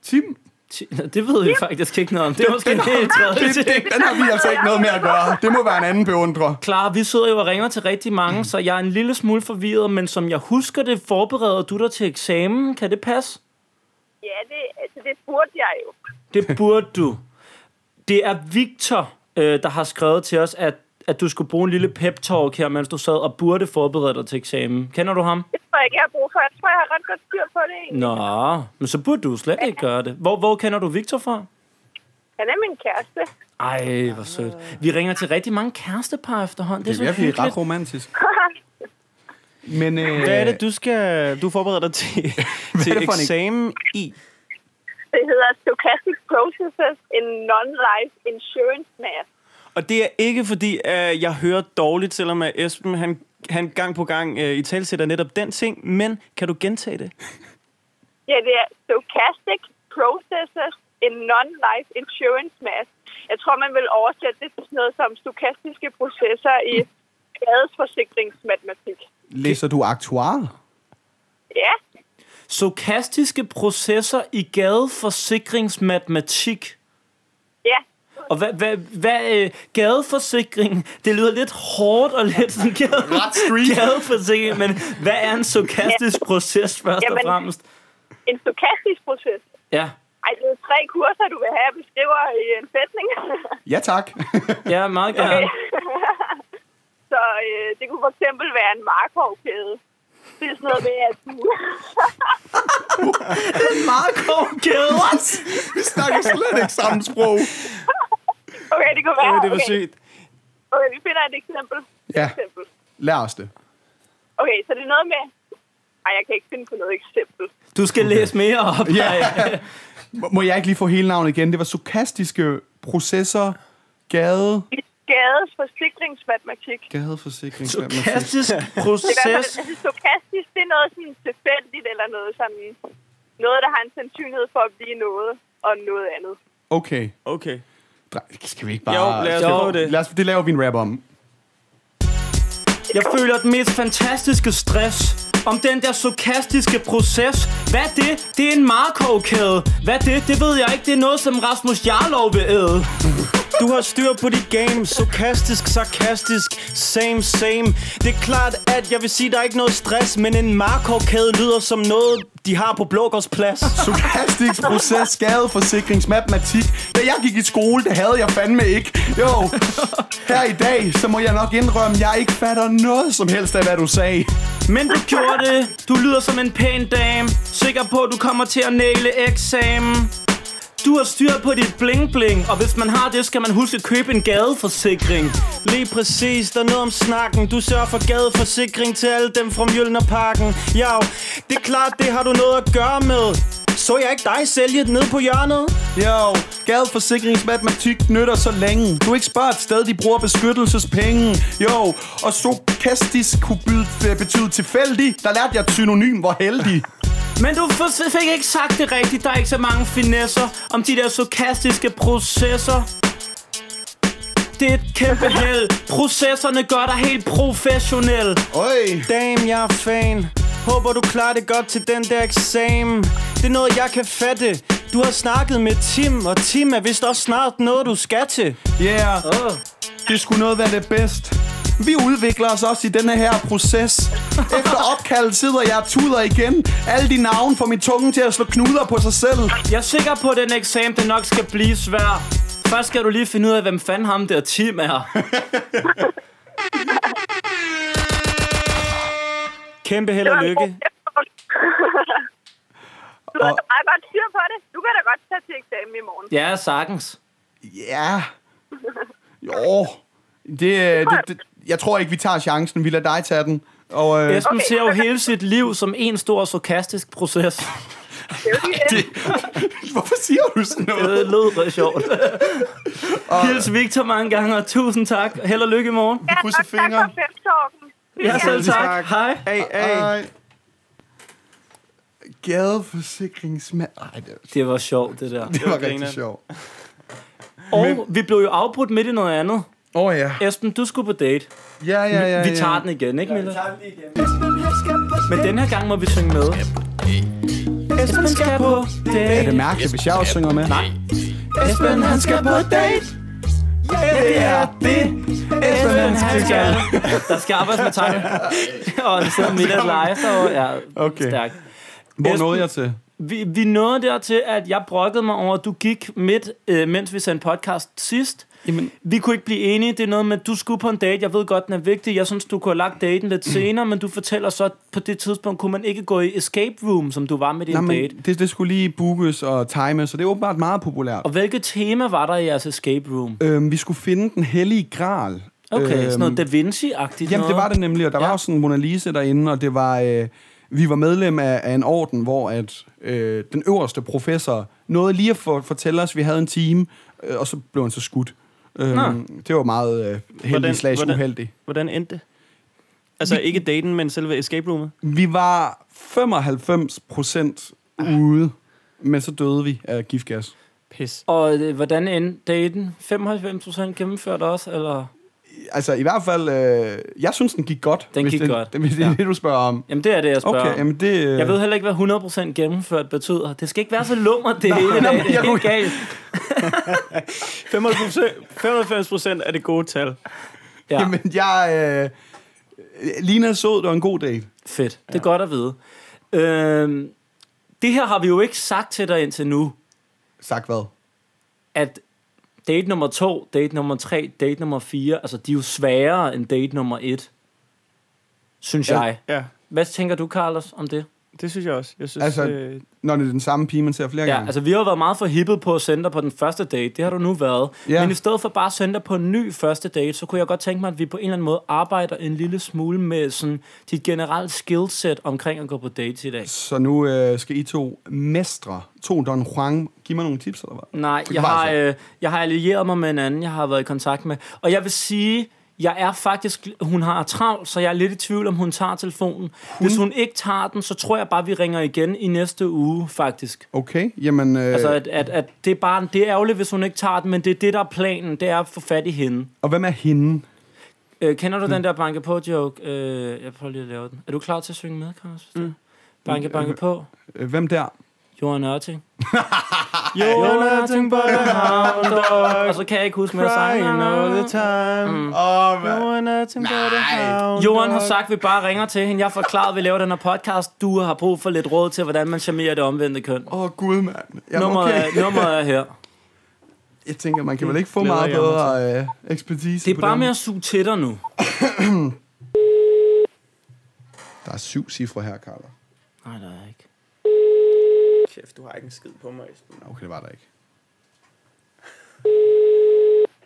[SPEAKER 2] Tim?
[SPEAKER 1] Ti- Det ved vi faktisk ikke noget om. Det er måske en helt tredje
[SPEAKER 2] det, det, Den har vi altså ikke noget med at gøre. Det må være en anden beundrer.
[SPEAKER 1] Klar, vi sidder jo og ringer til rigtig mange, så jeg er en lille smule forvirret, men som jeg husker det, forbereder du dig til eksamen. Kan det passe?
[SPEAKER 14] Ja, det, altså, det burde jeg jo.
[SPEAKER 1] Det burde du. Det er Victor, øh, der har skrevet til os, at, at du skulle bruge en lille pep-talk her, mens du sad og burde forberede dig til eksamen. Kender du ham?
[SPEAKER 14] Det tror jeg ikke, jeg har brug for. Jeg tror, jeg har ret godt styr på det egentlig.
[SPEAKER 1] Nå, men så burde du slet ikke gøre det. Hvor, hvor kender du Victor fra?
[SPEAKER 14] Han er min kæreste.
[SPEAKER 1] Ej, hvor sødt. Vi ringer til rigtig mange kærestepar efterhånden. Det er,
[SPEAKER 2] Det
[SPEAKER 1] så
[SPEAKER 2] er virkelig
[SPEAKER 1] hyggeligt.
[SPEAKER 2] ret romantisk. Men, øh,
[SPEAKER 3] Hvad er det, du skal... Du forbereder dig til,
[SPEAKER 2] er
[SPEAKER 3] til
[SPEAKER 2] det for en-
[SPEAKER 3] eksamen i.
[SPEAKER 14] det hedder Stochastic Processes in Non-Life Insurance Math.
[SPEAKER 3] Og det er ikke fordi, øh, jeg hører dårligt, selvom at Esben han, han gang på gang øh, i tale sætter netop den ting. Men kan du gentage det?
[SPEAKER 14] Ja, det er Stochastic Processes in Non-Life Insurance Math. Jeg tror, man vil oversætte det til sådan noget som stokastiske processer i skadesforsikringsmatematik.
[SPEAKER 2] læser du aktuar?
[SPEAKER 14] Ja,
[SPEAKER 1] Sokastiske processer i gadeforsikringsmatematik.
[SPEAKER 14] ja.
[SPEAKER 1] Og hvad, hvad, hvad øh, gadeforsikring, det lyder lidt hårdt og lidt sådan gade, gadeforsikring, men hvad er en sarkastisk proces først og
[SPEAKER 15] Jamen.
[SPEAKER 1] fremmest?
[SPEAKER 15] En stokastisk proces.
[SPEAKER 1] Ja.
[SPEAKER 15] Ej, det er tre kurser, du vil have, beskriver i en sætning.
[SPEAKER 2] Ja, tak.
[SPEAKER 1] ja, meget gerne.
[SPEAKER 15] Så øh, det kunne for eksempel være en markovkæde. Det er sådan noget med, at du...
[SPEAKER 1] det er en markovkæde, what?
[SPEAKER 2] Vi snakker slet ikke samme sprog.
[SPEAKER 15] Okay, det kunne
[SPEAKER 3] Øh,
[SPEAKER 15] være...
[SPEAKER 2] Åh, det var
[SPEAKER 15] okay.
[SPEAKER 2] sygt.
[SPEAKER 15] Okay, vi finder et eksempel.
[SPEAKER 2] Ja.
[SPEAKER 15] Et eksempel.
[SPEAKER 2] Lad os det.
[SPEAKER 15] Okay, så det er noget med... Ej, jeg kan ikke finde på noget eksempel.
[SPEAKER 1] Du skal okay. læse mere op.
[SPEAKER 2] Ja. Må må jeg ikke lige få hele navnet igen? Det var sarkastiske processer, gade...
[SPEAKER 15] Skades forsikringsmatematik.
[SPEAKER 2] Gadeforsikring.
[SPEAKER 1] Sarkastisk
[SPEAKER 15] Det er i hvert fald- altså, stokastisk, det er noget sådan tilfældigt eller noget sådan... Noget, der har en sandsynlighed for at blive noget, og noget andet.
[SPEAKER 2] Okay.
[SPEAKER 3] Okay.
[SPEAKER 2] Dre- Skal vi ikke bare...
[SPEAKER 3] Jo, lad os prøve det.
[SPEAKER 2] Lad os, det laver vi en rap om.
[SPEAKER 1] Jeg føler den mest fantastiske stress om den der sarkastiske proces Hvad er det? Det er en markovkæde Hvad er det? Det ved jeg ikke Det er noget som Rasmus Jarlov vil æde
[SPEAKER 3] Du har styr på dit game Sarkastisk, sarkastisk Same, same Det er klart, at jeg vil sige, der er ikke noget stress Men en markovkæde lyder som noget, de har på Blågårdsplads
[SPEAKER 2] Sarkastisk proces, skadeforsikring, matematik. Da jeg gik i skole, det havde jeg fandme ikke. Jo, her i dag, så må jeg nok indrømme, jeg ikke fatter noget som helst af, hvad du sagde.
[SPEAKER 1] Men du gjorde det Du lyder som en pæn dame Sikker på at du kommer til at næle eksamen du har styr på dit bling-bling, og hvis man har det, skal man huske at købe en gadeforsikring.
[SPEAKER 3] Lige præcis, der er noget om snakken Du sørger for gadeforsikring til alle dem fra Mjølnerparken Ja, det er klart, det har du noget at gøre med Så jeg ikke dig sælge det ned på hjørnet?
[SPEAKER 2] Jo, gadeforsikringsmatematik nytter så længe. Du ikke spørger et sted, de bruger beskyttelsespenge. Jo, og sarkastisk kunne byde- øh, betyde tilfældig. Der lærte jeg et synonym, hvor heldig.
[SPEAKER 1] Men du f- fik ikke sagt det rigtigt. Der er ikke så mange finesser om de der sarkastiske processer. Det er et kæmpe held. Processerne gør dig helt professionel.
[SPEAKER 2] Oj.
[SPEAKER 3] Damn, jeg er fan. Håber du klarer det godt til den der eksamen. Det er noget, jeg kan fatte. Du har snakket med Tim, og Tim er vist også snart noget, du skal til.
[SPEAKER 2] Yeah.
[SPEAKER 1] Oh.
[SPEAKER 2] Det skulle noget være det bedst. Vi udvikler os også i denne her proces. Efter opkaldet sidder jeg og tuder igen. Alle de navne får min tunge til at slå knuder på sig selv.
[SPEAKER 1] Jeg er sikker på, at den eksamen den nok skal blive svær. Først skal du lige finde ud af, hvem fanden ham der Tim er.
[SPEAKER 3] Kæmpe held og lykke.
[SPEAKER 15] du har
[SPEAKER 1] Og-
[SPEAKER 15] da meget godt styr på det. Du kan da godt tage til eksamen i morgen.
[SPEAKER 1] Ja, sagtens.
[SPEAKER 2] Ja. Jo. Det, øh, det, det, jeg tror ikke, vi tager chancen. Vi lader dig tage den. Og, øh,
[SPEAKER 1] Esben ser jo hele sit liv som en stor sarkastisk proces.
[SPEAKER 2] Hvorfor siger du sådan
[SPEAKER 1] noget? Det lød ret sjovt. Hils Victor mange gange, og tusind tak. Held og lykke i morgen.
[SPEAKER 15] Vi
[SPEAKER 2] krydser
[SPEAKER 15] fingre. Tak for femtorken.
[SPEAKER 1] Ja, selv tak. Hej.
[SPEAKER 3] Hey,
[SPEAKER 2] Gadeforsikringsmand. Ej, det,
[SPEAKER 1] Det var sjovt, det der.
[SPEAKER 2] det var rigtig sjovt.
[SPEAKER 1] Og vi blev jo afbrudt midt i noget andet.
[SPEAKER 2] Åh oh, ja.
[SPEAKER 1] Esben, du skulle på date.
[SPEAKER 2] Ja, ja, ja,
[SPEAKER 1] Vi
[SPEAKER 2] ja.
[SPEAKER 1] tager den igen, ikke, Mille?
[SPEAKER 16] Esben, han skal på
[SPEAKER 1] Men den her gang må vi synge med. Esben skal på date.
[SPEAKER 2] Er det mærkeligt, hvis jeg også synger med? Nej.
[SPEAKER 16] Esben, han skal på date. Ja, det er det. Esben, han skal.
[SPEAKER 1] Der skal arbejdes med tegn. og det sidder midt af live derovre. Ja,
[SPEAKER 2] okay.
[SPEAKER 1] stærkt.
[SPEAKER 2] Hvor
[SPEAKER 1] Esben,
[SPEAKER 2] nåede jeg til?
[SPEAKER 1] Vi, vi nåede dertil, at jeg brokkede mig over, at du gik midt, øh, mens vi sendte podcast sidst.
[SPEAKER 2] Jamen.
[SPEAKER 1] Vi kunne ikke blive enige. Det er noget med, at du skulle på en date. Jeg ved godt, den er vigtig. Jeg synes, du kunne have lagt daten lidt senere, men du fortæller så, at på det tidspunkt kunne man ikke gå i escape room, som du var med din
[SPEAKER 2] Nej,
[SPEAKER 1] date.
[SPEAKER 2] men det, det skulle lige bookes og times, så det er åbenbart meget populært.
[SPEAKER 1] Og hvilket tema var der i jeres escape room?
[SPEAKER 2] Øhm, vi skulle finde den hellige gral.
[SPEAKER 1] Okay, øhm,
[SPEAKER 2] Øhm,
[SPEAKER 1] sådan noget Da Vinci-agtigt
[SPEAKER 2] Jamen,
[SPEAKER 1] noget.
[SPEAKER 2] det var det nemlig, og der ja. var jo sådan en Mona Lisa derinde, og det var... Øh, vi var medlem af, af en orden, hvor at øh, den øverste professor nåede lige at for, fortælle os, at vi havde en time, øh, og så blev han så skudt.
[SPEAKER 3] Nå.
[SPEAKER 2] Øhm, det var meget øh, heldig slags uheldig.
[SPEAKER 3] Hvordan endte det? Altså ikke daten, men selve escape roomet?
[SPEAKER 2] Vi var 95 procent ude, men så døde vi af giftgas.
[SPEAKER 3] Pis.
[SPEAKER 1] Og øh, hvordan endte daten? 95% gennemført også, eller?
[SPEAKER 2] Altså, i hvert fald, øh, jeg synes, den gik godt.
[SPEAKER 1] Den
[SPEAKER 2] hvis
[SPEAKER 1] gik
[SPEAKER 2] det,
[SPEAKER 1] godt.
[SPEAKER 2] Hvis det er det, du spørger om.
[SPEAKER 1] Jamen, det er det, jeg spørger
[SPEAKER 2] Okay,
[SPEAKER 1] om.
[SPEAKER 2] jamen det... øh,
[SPEAKER 1] Jeg ved heller ikke, hvad 100% gennemført betyder. Det skal ikke være så lummer, det hele.
[SPEAKER 2] Nå,
[SPEAKER 1] dag.
[SPEAKER 2] men
[SPEAKER 1] Det er
[SPEAKER 2] jeg
[SPEAKER 1] helt
[SPEAKER 2] kunne-
[SPEAKER 1] galt.
[SPEAKER 3] 95 procent er det gode tal.
[SPEAKER 2] Ja. Jamen, jeg... Øh, Lina så det var en god dag.
[SPEAKER 1] Fedt. Det er godt at vide. Øhm, det her har vi jo ikke sagt til dig indtil nu.
[SPEAKER 2] Sagt hvad?
[SPEAKER 1] At date nummer to, date nummer tre, date nummer fire, altså de er jo sværere end date nummer et. Synes
[SPEAKER 3] Ja.
[SPEAKER 1] jeg.
[SPEAKER 3] Ja.
[SPEAKER 1] Hvad tænker du, Carlos, om det?
[SPEAKER 3] Det synes jeg også. Jeg synes,
[SPEAKER 2] Altså,
[SPEAKER 3] øh,
[SPEAKER 2] når det er den samme pige, man ser flere
[SPEAKER 1] Ja,
[SPEAKER 2] gange.
[SPEAKER 1] altså vi har jo været meget for hippet på at sende dig på den første date. Det har du nu været.
[SPEAKER 2] Ja.
[SPEAKER 1] Ja. Men i stedet for bare at sende dig på en ny første date, så kunne jeg godt tænke mig, at vi på en eller anden måde arbejder en lille smule med sådan, dit generelle skillset omkring at gå på dates i dag.
[SPEAKER 2] Så nu øh, skal I to mestre. To Don Juan. Giv mig nogle tips, eller hvad?
[SPEAKER 1] Nej, jeg har, øh, jeg har allieret mig med en anden, jeg har været i kontakt med. Og jeg vil sige, jeg er faktisk, hun har travlt, så jeg er lidt i tvivl, om hun tager telefonen. Hun? Hvis hun ikke tager den, så tror jeg bare, vi ringer igen i næste uge, faktisk.
[SPEAKER 2] Okay, jamen... Øh,
[SPEAKER 1] Altså, at, at, at det, er bare, det er ærgerligt, hvis hun ikke tager den, men det er det, der er planen, det er at få fat i hende.
[SPEAKER 2] Og hvem er hende?
[SPEAKER 1] Øh, kender du den der banke på joke? Øh, jeg prøver lige at lave den. Er du klar til at synge med, Carlos? Mm. Banke, banke på.
[SPEAKER 2] Øh, hvem der?
[SPEAKER 1] Johan Ørting.
[SPEAKER 3] You're nothing but a hound dog.
[SPEAKER 1] Og så kan jeg ikke huske, hvad jeg sang.
[SPEAKER 3] Crying all the time.
[SPEAKER 1] Mm.
[SPEAKER 2] Oh,
[SPEAKER 3] You're nothing but a hound
[SPEAKER 1] Johan
[SPEAKER 3] dog.
[SPEAKER 1] har sagt, at vi bare ringer til hende. Jeg har forklaret, at vi laver den her podcast. Du har brug for lidt råd til, hvordan man charmerer det omvendte køn.
[SPEAKER 2] Åh, oh, gud, mand. Jamen,
[SPEAKER 1] Nummeret,
[SPEAKER 2] okay.
[SPEAKER 1] er, nummeret er her.
[SPEAKER 2] Jeg tænker, man kan vel ikke få
[SPEAKER 1] Glæder
[SPEAKER 2] meget
[SPEAKER 1] jeg mig
[SPEAKER 2] bedre øh, ekspertise
[SPEAKER 1] Det er
[SPEAKER 2] på
[SPEAKER 1] bare
[SPEAKER 2] den.
[SPEAKER 1] med at suge til dig nu.
[SPEAKER 2] Der er syv cifre her, Carla.
[SPEAKER 1] Nej, der er ikke.
[SPEAKER 3] Kæft, du har ikke en skid på mig, Esben.
[SPEAKER 2] Okay, det var der ikke.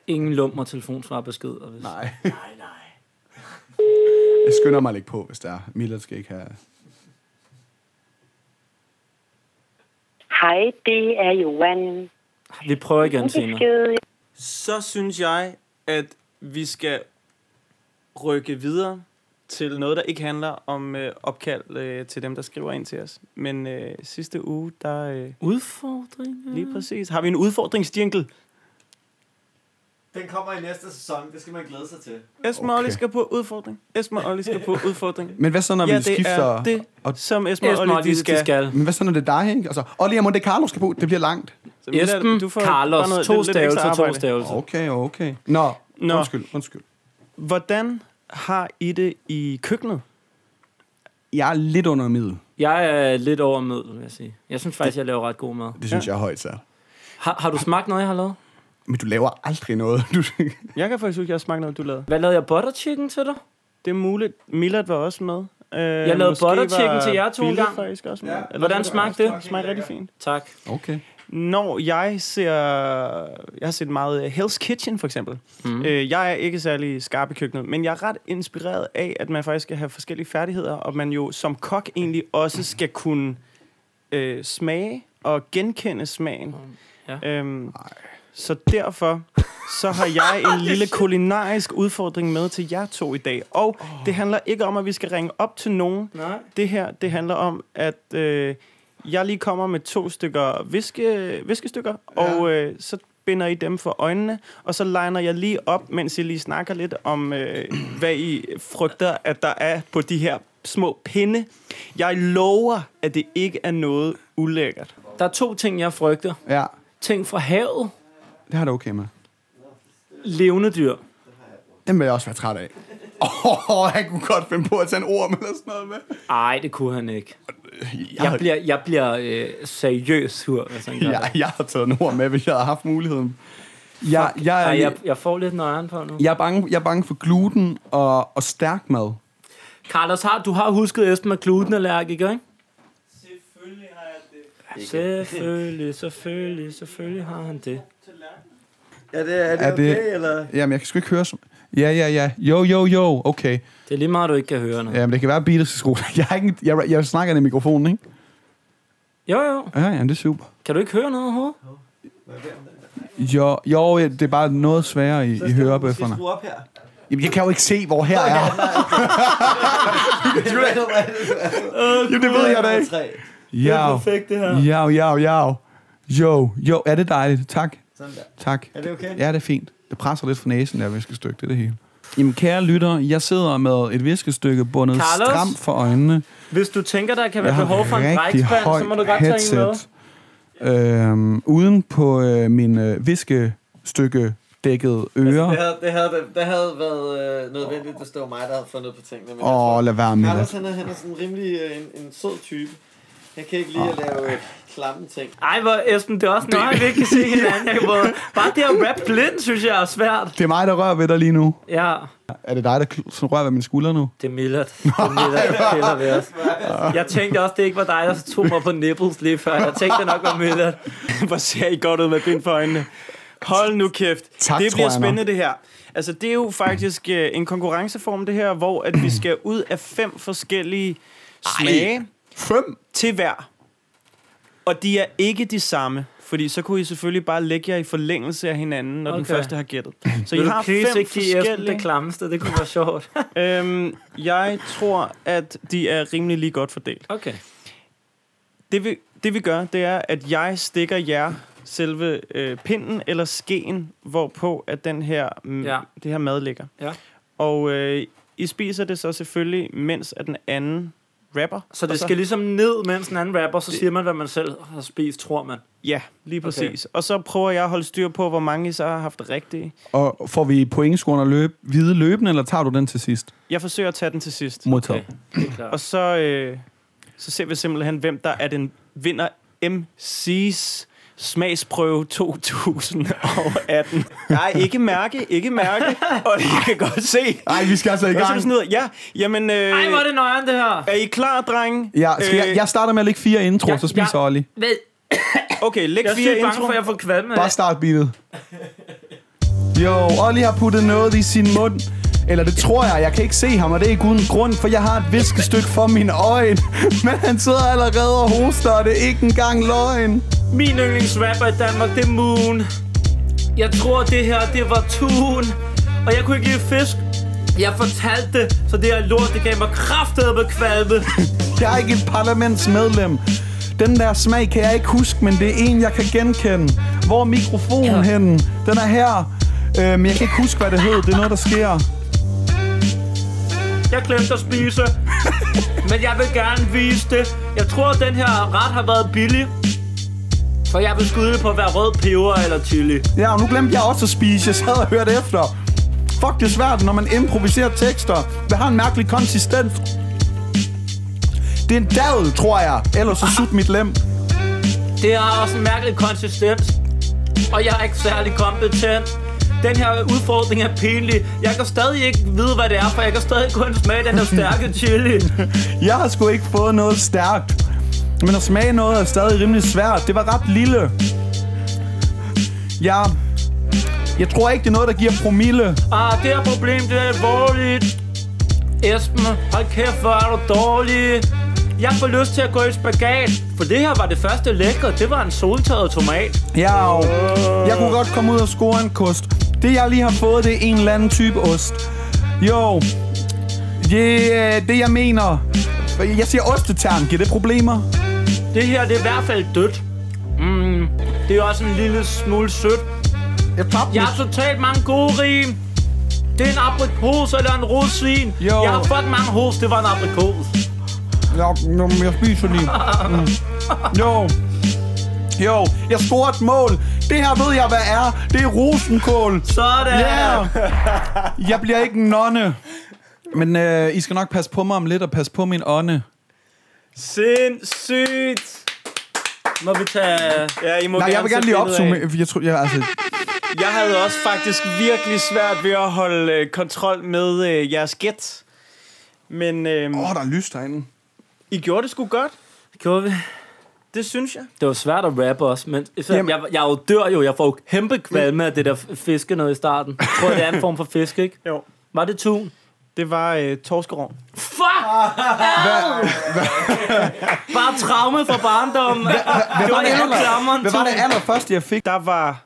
[SPEAKER 1] Ingen lummer telefonsvar beskeder. Hvis... Nej.
[SPEAKER 2] Nej, nej. Jeg skynder mig at lægge på, hvis der er. Mila skal ikke have...
[SPEAKER 9] Hej, det er Johan.
[SPEAKER 1] Vi prøver igen senere.
[SPEAKER 9] Besked.
[SPEAKER 3] Så synes jeg, at vi skal rykke videre til noget, der ikke handler om øh, opkald øh, til dem, der skriver ind til os. Men øh, sidste uge, der... Øh,
[SPEAKER 1] Udfordringer?
[SPEAKER 3] Lige præcis. Har vi en udfordringsjingle?
[SPEAKER 4] Den kommer i næste sæson, det skal man glæde sig til.
[SPEAKER 3] Esma okay. Olli skal på udfordring. Esma Olli skal på udfordring.
[SPEAKER 2] Men hvad så, når
[SPEAKER 3] ja,
[SPEAKER 2] vi skifter...
[SPEAKER 3] Ja, det er det,
[SPEAKER 2] og-
[SPEAKER 3] som Esma, Esma Olli, de skal. skal.
[SPEAKER 2] Men hvad så, når det er dig, ikke? Altså, Olli og Monte Carlo skal på. Det bliver langt.
[SPEAKER 3] Så Mila, Esben, du får Carlos, bare noget- to lidt- lidt ekstra stavelser, to arbejde. stavelser.
[SPEAKER 2] Okay, okay. Altså- Nå,
[SPEAKER 3] Nå.
[SPEAKER 2] Nå. undskyld, undskyld.
[SPEAKER 3] Hvordan har I det i køkkenet?
[SPEAKER 2] Jeg er lidt under middel.
[SPEAKER 1] Jeg er lidt over middel, vil jeg sige. Jeg synes faktisk, jeg laver ret god mad.
[SPEAKER 2] Det synes ja. jeg er højt sat.
[SPEAKER 1] Har, har du smagt noget, jeg har lavet?
[SPEAKER 2] Men du laver aldrig noget. Du...
[SPEAKER 3] Jeg kan faktisk huske, at jeg smagte noget, du lavede.
[SPEAKER 1] Hvad lavede jeg? Butter chicken til dig?
[SPEAKER 3] Det er muligt. Millard var også med. Øh,
[SPEAKER 1] Jeg lavede butter chicken til jer to
[SPEAKER 3] en
[SPEAKER 1] engang.
[SPEAKER 3] faktisk også med.
[SPEAKER 1] Ja.
[SPEAKER 3] Eller
[SPEAKER 1] Hvordan
[SPEAKER 3] måske
[SPEAKER 1] smagte
[SPEAKER 3] var-
[SPEAKER 1] det?
[SPEAKER 3] Smagte rigtig fint.
[SPEAKER 1] Tak.
[SPEAKER 2] Okay.
[SPEAKER 3] Når jeg ser... Jeg har set meget øh, Hell's Kitchen, for eksempel. Mm. Øh, jeg er ikke særlig skarp i køkkenet, men jeg er ret inspireret af, at man faktisk skal have forskellige færdigheder, og man jo som kok egentlig også skal kunne øh, smage og genkende smagen.
[SPEAKER 1] Ja.
[SPEAKER 3] Øhm, så derfor så har jeg en lille kulinarisk udfordring med til jer to i dag. Og oh. det handler ikke om, at vi skal ringe op til nogen.
[SPEAKER 1] Nej.
[SPEAKER 3] Det her, det handler om, at øh, jeg lige kommer med to stykker viske, viskestykker, ja. og øh, så binder I dem for øjnene, og så liner jeg lige op, mens I lige snakker lidt om, øh, hvad I frygter, at der er på de her små pinde. Jeg lover, at det ikke er noget ulækkert.
[SPEAKER 1] Der er to ting, jeg frygter.
[SPEAKER 2] Ja.
[SPEAKER 1] Ting fra havet.
[SPEAKER 2] Det har du okay med.
[SPEAKER 1] Levende dyr.
[SPEAKER 2] Den vil jeg også være træt af. Åh, oh, han kunne godt finde på at tage en orm eller sådan noget med.
[SPEAKER 1] Nej, det kunne han ikke. Jeg, jeg bliver, jeg bliver øh, seriøs sur, hvis han gør
[SPEAKER 2] Jeg,
[SPEAKER 1] det.
[SPEAKER 2] jeg har taget en orm med, hvis jeg havde haft muligheden. Jeg, jeg,
[SPEAKER 1] Ej,
[SPEAKER 2] jeg,
[SPEAKER 1] jeg, jeg får lidt nøjeren på nu.
[SPEAKER 2] jeg, er bange, jeg er bange for gluten og, og stærk mad.
[SPEAKER 1] Carlos, har, du har husket Esben med glutenallergiker, ikke? Selvfølgelig, selvfølgelig, selvfølgelig har han det.
[SPEAKER 17] Ja, det er, er det okay, eller?
[SPEAKER 2] Jamen, jeg kan sgu ikke høre som... Ja, ja, ja. Jo, jo, jo. Okay.
[SPEAKER 1] Det er lige meget, du ikke kan høre noget.
[SPEAKER 2] Jamen, det kan være, at Beatles skal skrue. Jeg, er ikke, en- jeg, jeg snakker ind i mikrofonen, ikke?
[SPEAKER 1] Jo, jo.
[SPEAKER 2] Ja, ja, det er super.
[SPEAKER 1] Kan du ikke høre noget overhovedet?
[SPEAKER 2] Jo, jo, ja, det er bare noget sværere i, i hørebøfferne.
[SPEAKER 17] Skru op her.
[SPEAKER 2] Jamen, jeg kan jo ikke se, hvor her er. Jamen, det ved jeg da ikke. Jau.
[SPEAKER 17] perfekt, det her.
[SPEAKER 2] Jau, jau, jau. Jo, jo, er det dejligt. Tak.
[SPEAKER 17] Sådan der.
[SPEAKER 2] Tak.
[SPEAKER 17] Er det okay?
[SPEAKER 2] Ja, det er fint. Det presser lidt fra næsen, der viskestykke, det er det hele. Jamen, kære lytter, jeg sidder med et viskestykke bundet
[SPEAKER 1] Carlos?
[SPEAKER 2] stramt for øjnene.
[SPEAKER 1] Hvis du tænker, der kan være
[SPEAKER 2] Jeg har
[SPEAKER 1] behov for en
[SPEAKER 2] rigtig
[SPEAKER 1] brækspand, så
[SPEAKER 2] højt
[SPEAKER 1] må du godt tage en med.
[SPEAKER 2] headset. øhm, uden på øh, min øh, viskestykke dækket
[SPEAKER 18] Altså, det,
[SPEAKER 2] øre.
[SPEAKER 18] havde, det, havde, det havde været øh, nødvendigt, hvis det var mig, der havde fundet på tingene. Men
[SPEAKER 2] Åh,
[SPEAKER 18] jeg tror-
[SPEAKER 2] lad være med det.
[SPEAKER 18] Carlos, han er, han er sådan rimelig øh, en, en sød type. Jeg kan ikke lide at lave øh, klamme ting.
[SPEAKER 1] Ej, hvor Esben, det er også nøje, vi ikke kan se hinanden. Jeg kan både, bare det at rap blind, synes jeg er svært.
[SPEAKER 2] Det er mig, der rører ved dig lige nu.
[SPEAKER 1] Ja,
[SPEAKER 2] Er det dig, der kl- sådan rører ved min skulder nu?
[SPEAKER 1] det er Millert. Det er Millert, der piller ved os. Jeg tænkte også, det ikke var dig, der tog mig på nipples lige før. Jeg tænkte det nok var Millert.
[SPEAKER 3] Hvor ser I godt ud med bind for øjnene. Hold nu kæft.
[SPEAKER 1] Tak,
[SPEAKER 3] det
[SPEAKER 1] tror
[SPEAKER 3] bliver
[SPEAKER 1] jeg nok.
[SPEAKER 3] spændende, det her. Altså, det er jo faktisk øh, en konkurrenceform, det her, hvor at vi skal ud af fem forskellige smage.
[SPEAKER 2] Fem?
[SPEAKER 3] Til hver. Og de er ikke de samme. Fordi så kunne I selvfølgelig bare lægge jer i forlængelse af hinanden, når okay. den
[SPEAKER 1] Okay.
[SPEAKER 3] første har gættet. Så
[SPEAKER 1] Vil
[SPEAKER 3] I
[SPEAKER 1] du
[SPEAKER 3] har
[SPEAKER 1] please
[SPEAKER 3] fem
[SPEAKER 1] ikke give Esben
[SPEAKER 3] forskellige...
[SPEAKER 1] det klammeste, det kunne være sjovt.
[SPEAKER 3] øhm, jeg tror, at de er rimelig lige godt fordelt.
[SPEAKER 1] Okay.
[SPEAKER 3] Det vi, det vi gør, det er, at jeg stikker jer selve øh, pinden eller skeen, hvorpå at den her, mm,
[SPEAKER 1] Ja.
[SPEAKER 3] ja. det her mad ligger.
[SPEAKER 1] Ja.
[SPEAKER 3] Og øh, I spiser det så selvfølgelig, mens at den anden rapper.
[SPEAKER 1] Så
[SPEAKER 3] Og
[SPEAKER 1] det skal ligesom ned, mens en anden rapper, så siger man, hvad man selv har spist, tror man.
[SPEAKER 3] Ja, lige præcis. Okay. Og så prøver jeg at holde styr på, hvor mange I så har haft rigtige.
[SPEAKER 2] Og får vi pointscoren at løbe, hvide løbende, eller tager du den til sidst?
[SPEAKER 3] Jeg forsøger at tage den til sidst.
[SPEAKER 2] Modtaget.
[SPEAKER 1] Okay.
[SPEAKER 3] Og så, øh, så ser vi simpelthen, hvem der er den vinder MC's smagsprøve 2018. Nej, ikke mærke, ikke mærke. Og det kan jeg godt se.
[SPEAKER 2] Nej, vi skal altså i
[SPEAKER 3] Og så er
[SPEAKER 2] gang.
[SPEAKER 3] det sådan noget, ja, jamen... Øh,
[SPEAKER 1] Ej, hvor er det nøjeren, det her.
[SPEAKER 3] Er I klar, Øh, drenge?
[SPEAKER 2] Ja, skal
[SPEAKER 1] Øh,
[SPEAKER 2] jeg, jeg starter med at lægge fire introer, så spiser Olli.
[SPEAKER 1] Ved.
[SPEAKER 3] Okay, læg
[SPEAKER 1] Jeg er
[SPEAKER 3] fire
[SPEAKER 1] sygt bange
[SPEAKER 3] intro.
[SPEAKER 1] for, at jeg får kvalme.
[SPEAKER 2] Bare start beatet. Jo, Olli har puttet noget i sin mund. Eller det tror jeg. Jeg kan ikke se ham, og det er ikke uden grund, for jeg har et viskestykke for mine øjne. Men han sidder allerede og hoster, og det er ikke engang løgn.
[SPEAKER 1] Min yndlingsrapper i Danmark, det er Moon. Jeg tror, det her, det var tun. Og jeg kunne ikke lide fisk. Jeg fortalte det, så det her lort, det gav mig kraftedeme kvalme.
[SPEAKER 2] Jeg er ikke et parlamentsmedlem. Den der smag kan jeg ikke huske, men det er en, jeg kan genkende. Hvor er mikrofonen ja. henne? Den er her. Øh, men jeg kan ikke huske, hvad det hed. Det er noget, der sker.
[SPEAKER 1] Jeg glemte at spise. Men jeg vil gerne vise det. Jeg tror, den her ret har været billig. For jeg vil skyde på at være rød peber eller chili.
[SPEAKER 2] Ja, og nu glemte jeg også at spise. Jeg sad og hørte efter. Fuck, det er svært, når man improviserer tekster. Det har en mærkelig konsistens. Det er en dadel, tror jeg. Ellers så sut mit lem.
[SPEAKER 1] Det har også en mærkelig konsistens. Og jeg er ikke særlig kompetent. Den her udfordring er pinlig. Jeg kan stadig ikke vide, hvad det er, for jeg kan stadig kun smage den her stærke chili.
[SPEAKER 2] Jeg har sgu ikke fået noget stærkt. Men at smage noget er stadig rimelig svært. Det var ret lille. Jeg... Jeg tror ikke, det er noget, der giver promille.
[SPEAKER 1] Ah, det her problem, det er alvorligt. Esben, hold kæft, hvor er du dårlig. Jeg får lyst til at gå i spagat, for det her var det første lækre. Det var en soltørret tomat.
[SPEAKER 2] Ja, og jeg kunne godt komme ud og score en kost. Det, jeg lige har fået, det er en eller anden type ost. Jo, yeah, det jeg mener. Jeg siger ostetern. Giver det problemer?
[SPEAKER 1] Det her, det er i hvert fald dødt. Mm, det er også en lille smule sødt.
[SPEAKER 2] Jeg,
[SPEAKER 1] jeg har totalt mange gode rim. Det er en aprikos eller en rosin.
[SPEAKER 2] Jo.
[SPEAKER 1] Jeg har fucking mange hos, det var en aprikos.
[SPEAKER 2] Jeg, jeg, jeg spiser lige. Mm. Jo. Jo, jeg scorer et mål. Det her ved jeg, hvad er. Det er rosenkål.
[SPEAKER 1] Sådan.
[SPEAKER 2] Yeah. Jeg bliver ikke en nonne. Men øh, I skal nok passe på mig om lidt og passe på min ånde.
[SPEAKER 3] Sindssygt!
[SPEAKER 1] Må vi tage...
[SPEAKER 3] Ja, I må
[SPEAKER 2] Nej,
[SPEAKER 3] gerne
[SPEAKER 2] jeg vil gerne lige
[SPEAKER 3] sætte billedet af.
[SPEAKER 2] opsummere. Jeg tror, jeg, altså,
[SPEAKER 3] Jeg havde også faktisk virkelig svært ved at holde øh, kontrol med øh, jeres gæt. Men... Åh, øhm,
[SPEAKER 2] oh, der er lys derinde.
[SPEAKER 3] I gjorde det sgu godt.
[SPEAKER 1] Gjorde vi?
[SPEAKER 3] Det synes jeg.
[SPEAKER 1] Det var svært at rappe også, men så, jeg, jeg er jo dør jo. Jeg får jo kæmpe kvalme af det der f- fiske noget i starten. Jeg tror, det er en form for fisk, ikke?
[SPEAKER 3] Jo.
[SPEAKER 1] Var det tun?
[SPEAKER 3] Det var øh, torskerovn.
[SPEAKER 1] Fuck! Bare traume fra barndommen. Hvad,
[SPEAKER 2] Hvad var, det aller, hvad var det allerførste, jeg fik?
[SPEAKER 3] Der var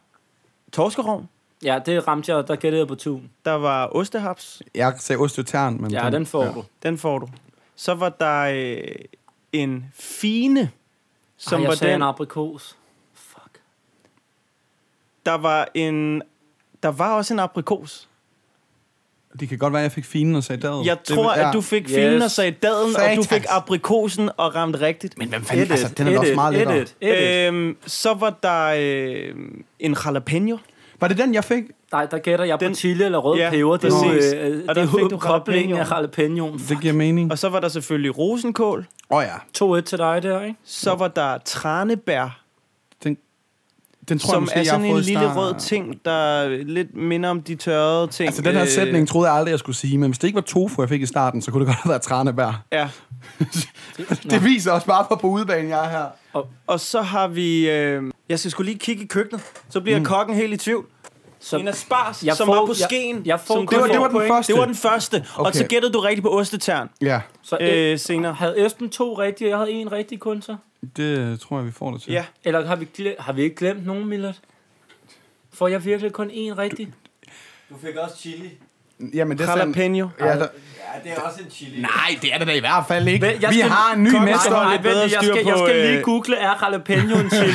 [SPEAKER 3] torskerovn.
[SPEAKER 1] Ja, det ramte jeg, der gættede jeg på tun.
[SPEAKER 3] Der var ostehaps.
[SPEAKER 2] Jeg sagde ostetern, men...
[SPEAKER 1] Ja, den får du.
[SPEAKER 3] Den får du. Så var der øh, en fine, som
[SPEAKER 1] Ej, jeg
[SPEAKER 3] var
[SPEAKER 1] sagde en
[SPEAKER 3] den...
[SPEAKER 1] aprikos.
[SPEAKER 3] Der var en... Der var også en aprikos.
[SPEAKER 2] Det kan godt være, at jeg fik finen og sagde dadet.
[SPEAKER 3] Jeg tror,
[SPEAKER 2] det,
[SPEAKER 3] at du fik filen og sagde daden, og du fik aprikosen og ramte rigtigt. Men hvem
[SPEAKER 2] fanden- Edit, altså, den er da også edit, meget lettere. edit, edit.
[SPEAKER 3] Øhm, så var der øh, en jalapeno.
[SPEAKER 2] Var det den, jeg fik?
[SPEAKER 1] Nej, der gætter jeg den, på chili eller rød
[SPEAKER 3] Ja,
[SPEAKER 1] peber. Det er jo
[SPEAKER 3] præcis.
[SPEAKER 1] øh,
[SPEAKER 3] Og
[SPEAKER 1] det er
[SPEAKER 3] der
[SPEAKER 1] jo
[SPEAKER 3] fik du
[SPEAKER 1] koblingen af
[SPEAKER 3] jalapenoen.
[SPEAKER 2] Det giver mening.
[SPEAKER 3] Og så var der selvfølgelig rosenkål.
[SPEAKER 2] Åh oh, ja.
[SPEAKER 1] 2-1 til dig der, ikke?
[SPEAKER 3] Så var der tranebær.
[SPEAKER 2] Den, den tror jeg
[SPEAKER 3] som
[SPEAKER 2] måske,
[SPEAKER 3] er
[SPEAKER 2] jeg har
[SPEAKER 3] sådan en
[SPEAKER 2] fået
[SPEAKER 3] lille
[SPEAKER 2] start-
[SPEAKER 3] rød ting, der lidt minder om de tørrede ting.
[SPEAKER 2] Altså, den her
[SPEAKER 3] Øh,
[SPEAKER 2] sætning troede jeg aldrig, jeg skulle sige, men hvis det ikke var tofu, jeg fik i starten, så kunne det godt have været tranebær.
[SPEAKER 3] Ja.
[SPEAKER 2] Det viser også bare, hvor på udebane jeg er her.
[SPEAKER 3] Og, og så har vi... Øh, jeg skal skulle lige kigge i køkkenet, så bliver mm. kokken helt i tvivl. Så, en af spars,
[SPEAKER 1] Jeg
[SPEAKER 3] som
[SPEAKER 1] får-
[SPEAKER 3] var på
[SPEAKER 1] jeg-
[SPEAKER 3] skeen.
[SPEAKER 1] jeg får
[SPEAKER 3] som
[SPEAKER 1] kun
[SPEAKER 3] kun
[SPEAKER 1] det var- det
[SPEAKER 3] får
[SPEAKER 1] var den
[SPEAKER 3] point.
[SPEAKER 1] første.
[SPEAKER 3] Det var den første. Og
[SPEAKER 1] Okay.
[SPEAKER 3] så gættede du rigtigt på ostetern.
[SPEAKER 2] Ja.
[SPEAKER 1] Så
[SPEAKER 3] øh,
[SPEAKER 1] øh, senere. Havde Esben to rigtige, og jeg havde en rigtig kun så?
[SPEAKER 2] Det øh, tror jeg, vi får det til.
[SPEAKER 1] Eller har vi, gle- har vi ikke glemt nogen, Millard? Får jeg virkelig kun en rigtig?
[SPEAKER 6] Du fik også chili.
[SPEAKER 2] Jamen, det er sandt.
[SPEAKER 1] Jalapeno.
[SPEAKER 2] Ja, der,
[SPEAKER 6] Ja, det er også en chili.
[SPEAKER 2] Nej, det er det da i hvert fald ikke. Vi har en ny mester.
[SPEAKER 1] Nej,
[SPEAKER 2] Lidt bedre
[SPEAKER 1] vent, jeg
[SPEAKER 2] styr
[SPEAKER 1] skal,
[SPEAKER 2] på,
[SPEAKER 1] jeg skal
[SPEAKER 2] øh,
[SPEAKER 1] lige google, er jalapeno en chili?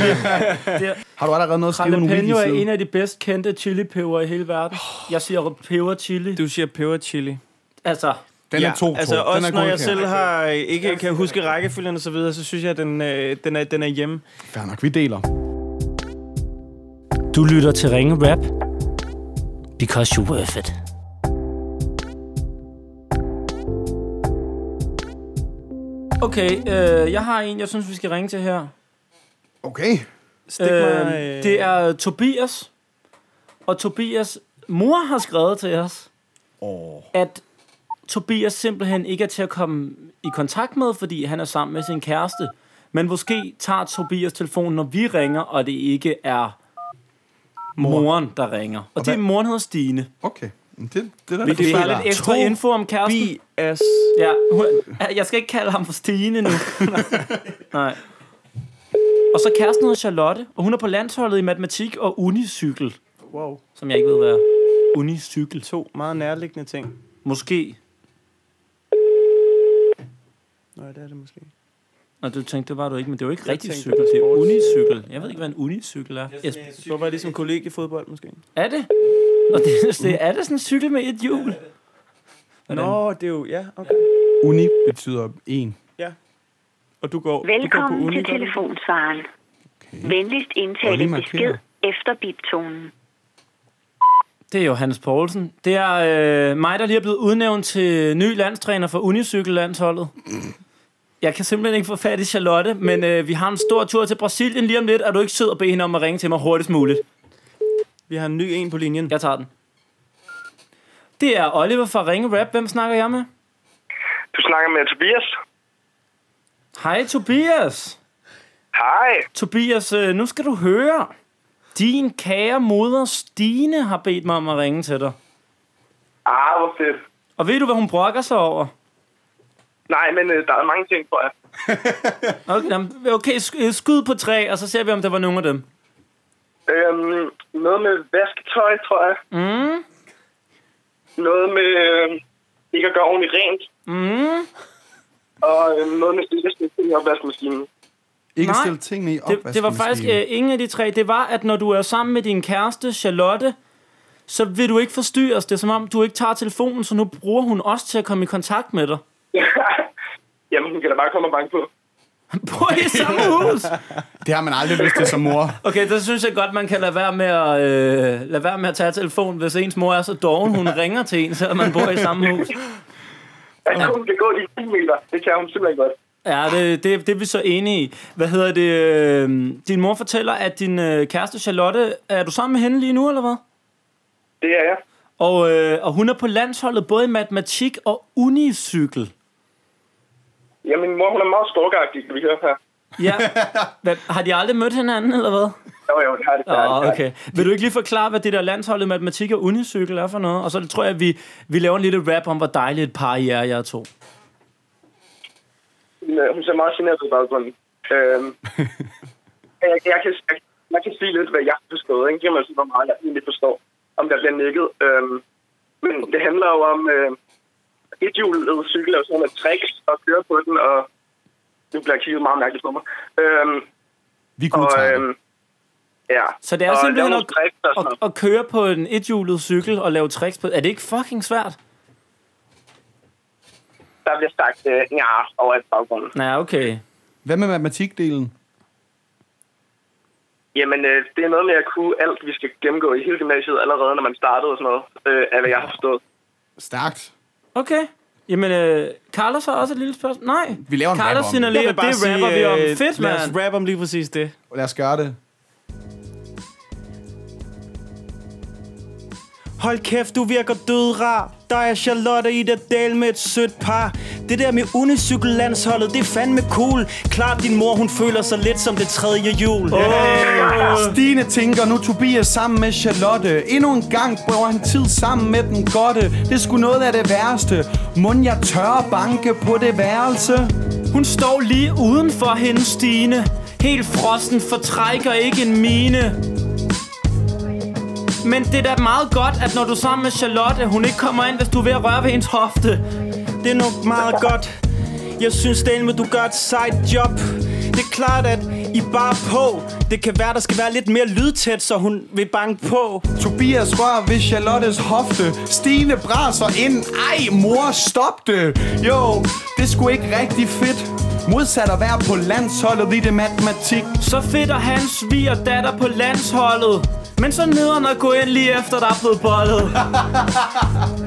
[SPEAKER 1] Det-
[SPEAKER 2] har du allerede noget at skrive en
[SPEAKER 1] Jalapeno er en
[SPEAKER 2] wiki
[SPEAKER 1] af de bedst kendte chilipeber i hele verden. Jeg siger peber chili.
[SPEAKER 3] Du siger peber chili.
[SPEAKER 1] Altså,
[SPEAKER 3] Altså også når jeg selv har øh, ikke kan huske rækkefølgen og så videre, så synes jeg, at den, øh, den, er, den er hjemme.
[SPEAKER 2] Fair nok, vi deler.
[SPEAKER 1] Du lytter til Ringe Rap. Because you worth it. Okay, øh, jeg har en, jeg synes, vi skal ringe til her.
[SPEAKER 2] Okay.
[SPEAKER 3] Stik mig, øh,
[SPEAKER 1] Øhm, Det er Tobias. Og Tobias mor har skrevet til os,
[SPEAKER 2] oh.
[SPEAKER 1] at Tobias simpelthen ikke er til at komme i kontakt med, fordi han er sammen med sin kæreste. Men måske tager Tobias telefonen, når vi ringer, og det ikke er moren, der ringer. Og, det er moren hedder Stine.
[SPEAKER 2] Okay. Det, det er
[SPEAKER 1] Vil du have lidt ekstra info om kæresten?
[SPEAKER 3] Tobias.
[SPEAKER 1] Ja, hun, jeg skal ikke kalde ham for Stine nu. Nej. Og så kæresten hedder Charlotte, og hun er på landsholdet i matematik og unicykel.
[SPEAKER 3] Wow.
[SPEAKER 1] Som jeg ikke ved, hvad er. Unicykel.
[SPEAKER 3] To meget nærliggende ting.
[SPEAKER 1] Måske.
[SPEAKER 3] Nej, det er det måske.
[SPEAKER 1] Nå, du tænkte, det var du ikke, men det er jo ikke
[SPEAKER 3] Jeg
[SPEAKER 1] rigtig
[SPEAKER 3] tænkte
[SPEAKER 1] cykel. Det er
[SPEAKER 3] sport.
[SPEAKER 1] unicykel. Jeg ved ikke, hvad en unicykel er. Yes.
[SPEAKER 3] Så var det ligesom kollegiefodbold måske.
[SPEAKER 1] Er det? Og det, det, er det sådan en cykel med et hjul? Hvordan?
[SPEAKER 3] Nå, det er jo... Ja, okay.
[SPEAKER 2] Uni betyder en.
[SPEAKER 3] Og du går,
[SPEAKER 9] Velkommen
[SPEAKER 3] du går på uni,
[SPEAKER 9] til
[SPEAKER 3] gør du ikke?
[SPEAKER 9] telefonsvaren. Okay. Venligst
[SPEAKER 2] Og lige
[SPEAKER 9] indtale en
[SPEAKER 2] markere.
[SPEAKER 9] besked efter biptonen.
[SPEAKER 1] Det er Johannes Poulsen. Det er øh, mig, der lige er blevet udnævnt til ny landstræner for unicykellandsholdet. Jeg kan simpelthen ikke få fat i Charlotte, men øh, vi har en stor tur til Brasilien lige om lidt. Er du ikke sød at bede hende om at ringe til mig hurtigst muligt?
[SPEAKER 3] Vi har en ny en på linjen.
[SPEAKER 1] Jeg tager den. Det er Oliver fra Ringe Rap. Hvem snakker jeg med?
[SPEAKER 15] Du snakker med Tobias.
[SPEAKER 1] Hej Tobias.
[SPEAKER 15] Hej.
[SPEAKER 1] Tobias, øh, nu skal du høre. Din kære moder Stine har bedt mig om at ringe til dig.
[SPEAKER 15] Ah, hvor fedt.
[SPEAKER 1] Og ved du, hvad hun brokker sig over?
[SPEAKER 15] Nej, men øh, der er mange ting, tror jeg.
[SPEAKER 1] Okay, jamen, okay sk- øh, skyd på tre, og så ser vi, om der var nogen af dem.
[SPEAKER 15] Øhm, noget med vasketøj, tror jeg.
[SPEAKER 1] Mm.
[SPEAKER 15] Noget med øh, ikke at gøre ordentligt rent.
[SPEAKER 1] Mm.
[SPEAKER 15] Og øh, noget med ikke at stille ting i opvaskemaskinen.
[SPEAKER 2] Ikke
[SPEAKER 1] Nej.
[SPEAKER 2] stille tingene i
[SPEAKER 1] Det, det var faktisk øh, ingen af de tre. Det var, at når du er sammen med din kæreste, Charlotte, så vil du ikke forstyrres. Det er som om, du ikke tager telefonen, så nu bruger hun også til at komme i kontakt med dig.
[SPEAKER 15] Jamen, hun kan da bare komme og banke på.
[SPEAKER 1] Bor I i samme hus?
[SPEAKER 2] Det har man aldrig lyst til som mor.
[SPEAKER 1] Okay, der synes jeg godt, man kan lade være med at, øh, lade være med at tage telefonen, hvis ens mor er så doven, hun ringer til en, selvom man bor i samme hus.
[SPEAKER 15] Altså, hun kan gå de 10 meter. Det kan hun simpelthen godt.
[SPEAKER 1] Ja, det, det, det er vi så enige i. Hvad hedder det? Øh, din mor fortæller, at din øh, kæreste Charlotte, er du sammen med hende lige nu, eller hvad?
[SPEAKER 15] Det er jeg.
[SPEAKER 1] Og, øh, og hun er på landsholdet både i matematik og unicykel.
[SPEAKER 15] Ja, min mor, hun er meget storkagtig, kan vi høre her.
[SPEAKER 1] Ja. Hvad, har de aldrig mødt hinanden, eller hvad?
[SPEAKER 15] Jo, jo, det har det. det har
[SPEAKER 1] Åh,
[SPEAKER 15] det.
[SPEAKER 1] oh, okay. Vil du ikke lige forklare, hvad det der landsholdet i matematik og unicykel er for noget? Og så tror jeg, vi, vi laver en lille rap om, hvor dejligt et par I er, jer to.
[SPEAKER 15] Hun, øh, hun ser meget generet ud i baggrunden. Øhm, jeg, jeg, kan, jeg, jeg kan sige lidt, hvad jeg har forstået. Ikke? Det er måske, hvor meget jeg egentlig forstår, om der bliver nikket. Øhm, men det handler jo om, øh, et hjulet cykel er jo sådan noget med tricks og køre på den, og nu bliver jeg kigget meget mærkeligt på mig. Øhm,
[SPEAKER 2] Vi
[SPEAKER 15] kunne og, øhm, ja.
[SPEAKER 1] Så det er
[SPEAKER 15] og lave
[SPEAKER 1] simpelthen
[SPEAKER 15] nogle
[SPEAKER 1] at,
[SPEAKER 15] tricks og sådan
[SPEAKER 1] at,
[SPEAKER 15] noget.
[SPEAKER 1] at køre på en ethjulet cykel og lave tricks på. Er det ikke fucking svært?
[SPEAKER 15] der bliver sagt øh, ja over i baggrunden.
[SPEAKER 1] Nej, okay.
[SPEAKER 2] Hvad med matematikdelen?
[SPEAKER 15] Jamen, øh, det er noget med at kunne alt, vi skal gennemgå i hele gymnasiet allerede, når man startede og sådan noget, øh, af hvad jeg har forstået.
[SPEAKER 2] Stærkt.
[SPEAKER 1] Okay. Jamen, øh, Carlos har også et lille spørgsmål. Nej.
[SPEAKER 2] Vi laver en rap om
[SPEAKER 1] Carlos
[SPEAKER 2] det.
[SPEAKER 1] signalerer,
[SPEAKER 2] Jeg vil
[SPEAKER 1] det
[SPEAKER 2] bare sige,
[SPEAKER 1] rapper vi om.
[SPEAKER 2] øh,
[SPEAKER 1] Fedt,
[SPEAKER 2] lad os
[SPEAKER 1] mand. rap om lige præcis det.
[SPEAKER 2] Lad os gøre det.
[SPEAKER 3] Hold kæft, du virker død rar. Der er Charlotte i det del med et sødt par. Det der med unicykellandsholdet, det er fandme cool. Klart din mor, hun føler sig lidt som det tredje hjul.
[SPEAKER 2] Oh. Stine tænker nu Tobias sammen med Charlotte Endnu en gang bruger han tid sammen med den godte Det skulle noget af det værste Mund jeg tør banke på det værelse
[SPEAKER 1] Hun står lige udenfor hendes Stine. Helt frossen fortrækker ikke en mine. Men det er da meget godt, at når du er sammen med Charlotte, hun ikke kommer ind, hvis du er ved at røre ved hendes hofte.
[SPEAKER 3] Det er nok meget godt. Jeg synes delme, du gør et sejt job. Det er klart, at I bare er på. Det kan være, der skal være lidt mere lydtæt, så hun vil banke på.
[SPEAKER 2] Tobias rører ved Charlottes hofte Stine braser ind Ej mor stop det Jo det skulle ikke rigtig fedt Modsat at være på landsholdet i det matematik
[SPEAKER 1] Så fedt at have en sviger datter på landsholdet Men så nederen at gå ind lige efter der er blevet bollet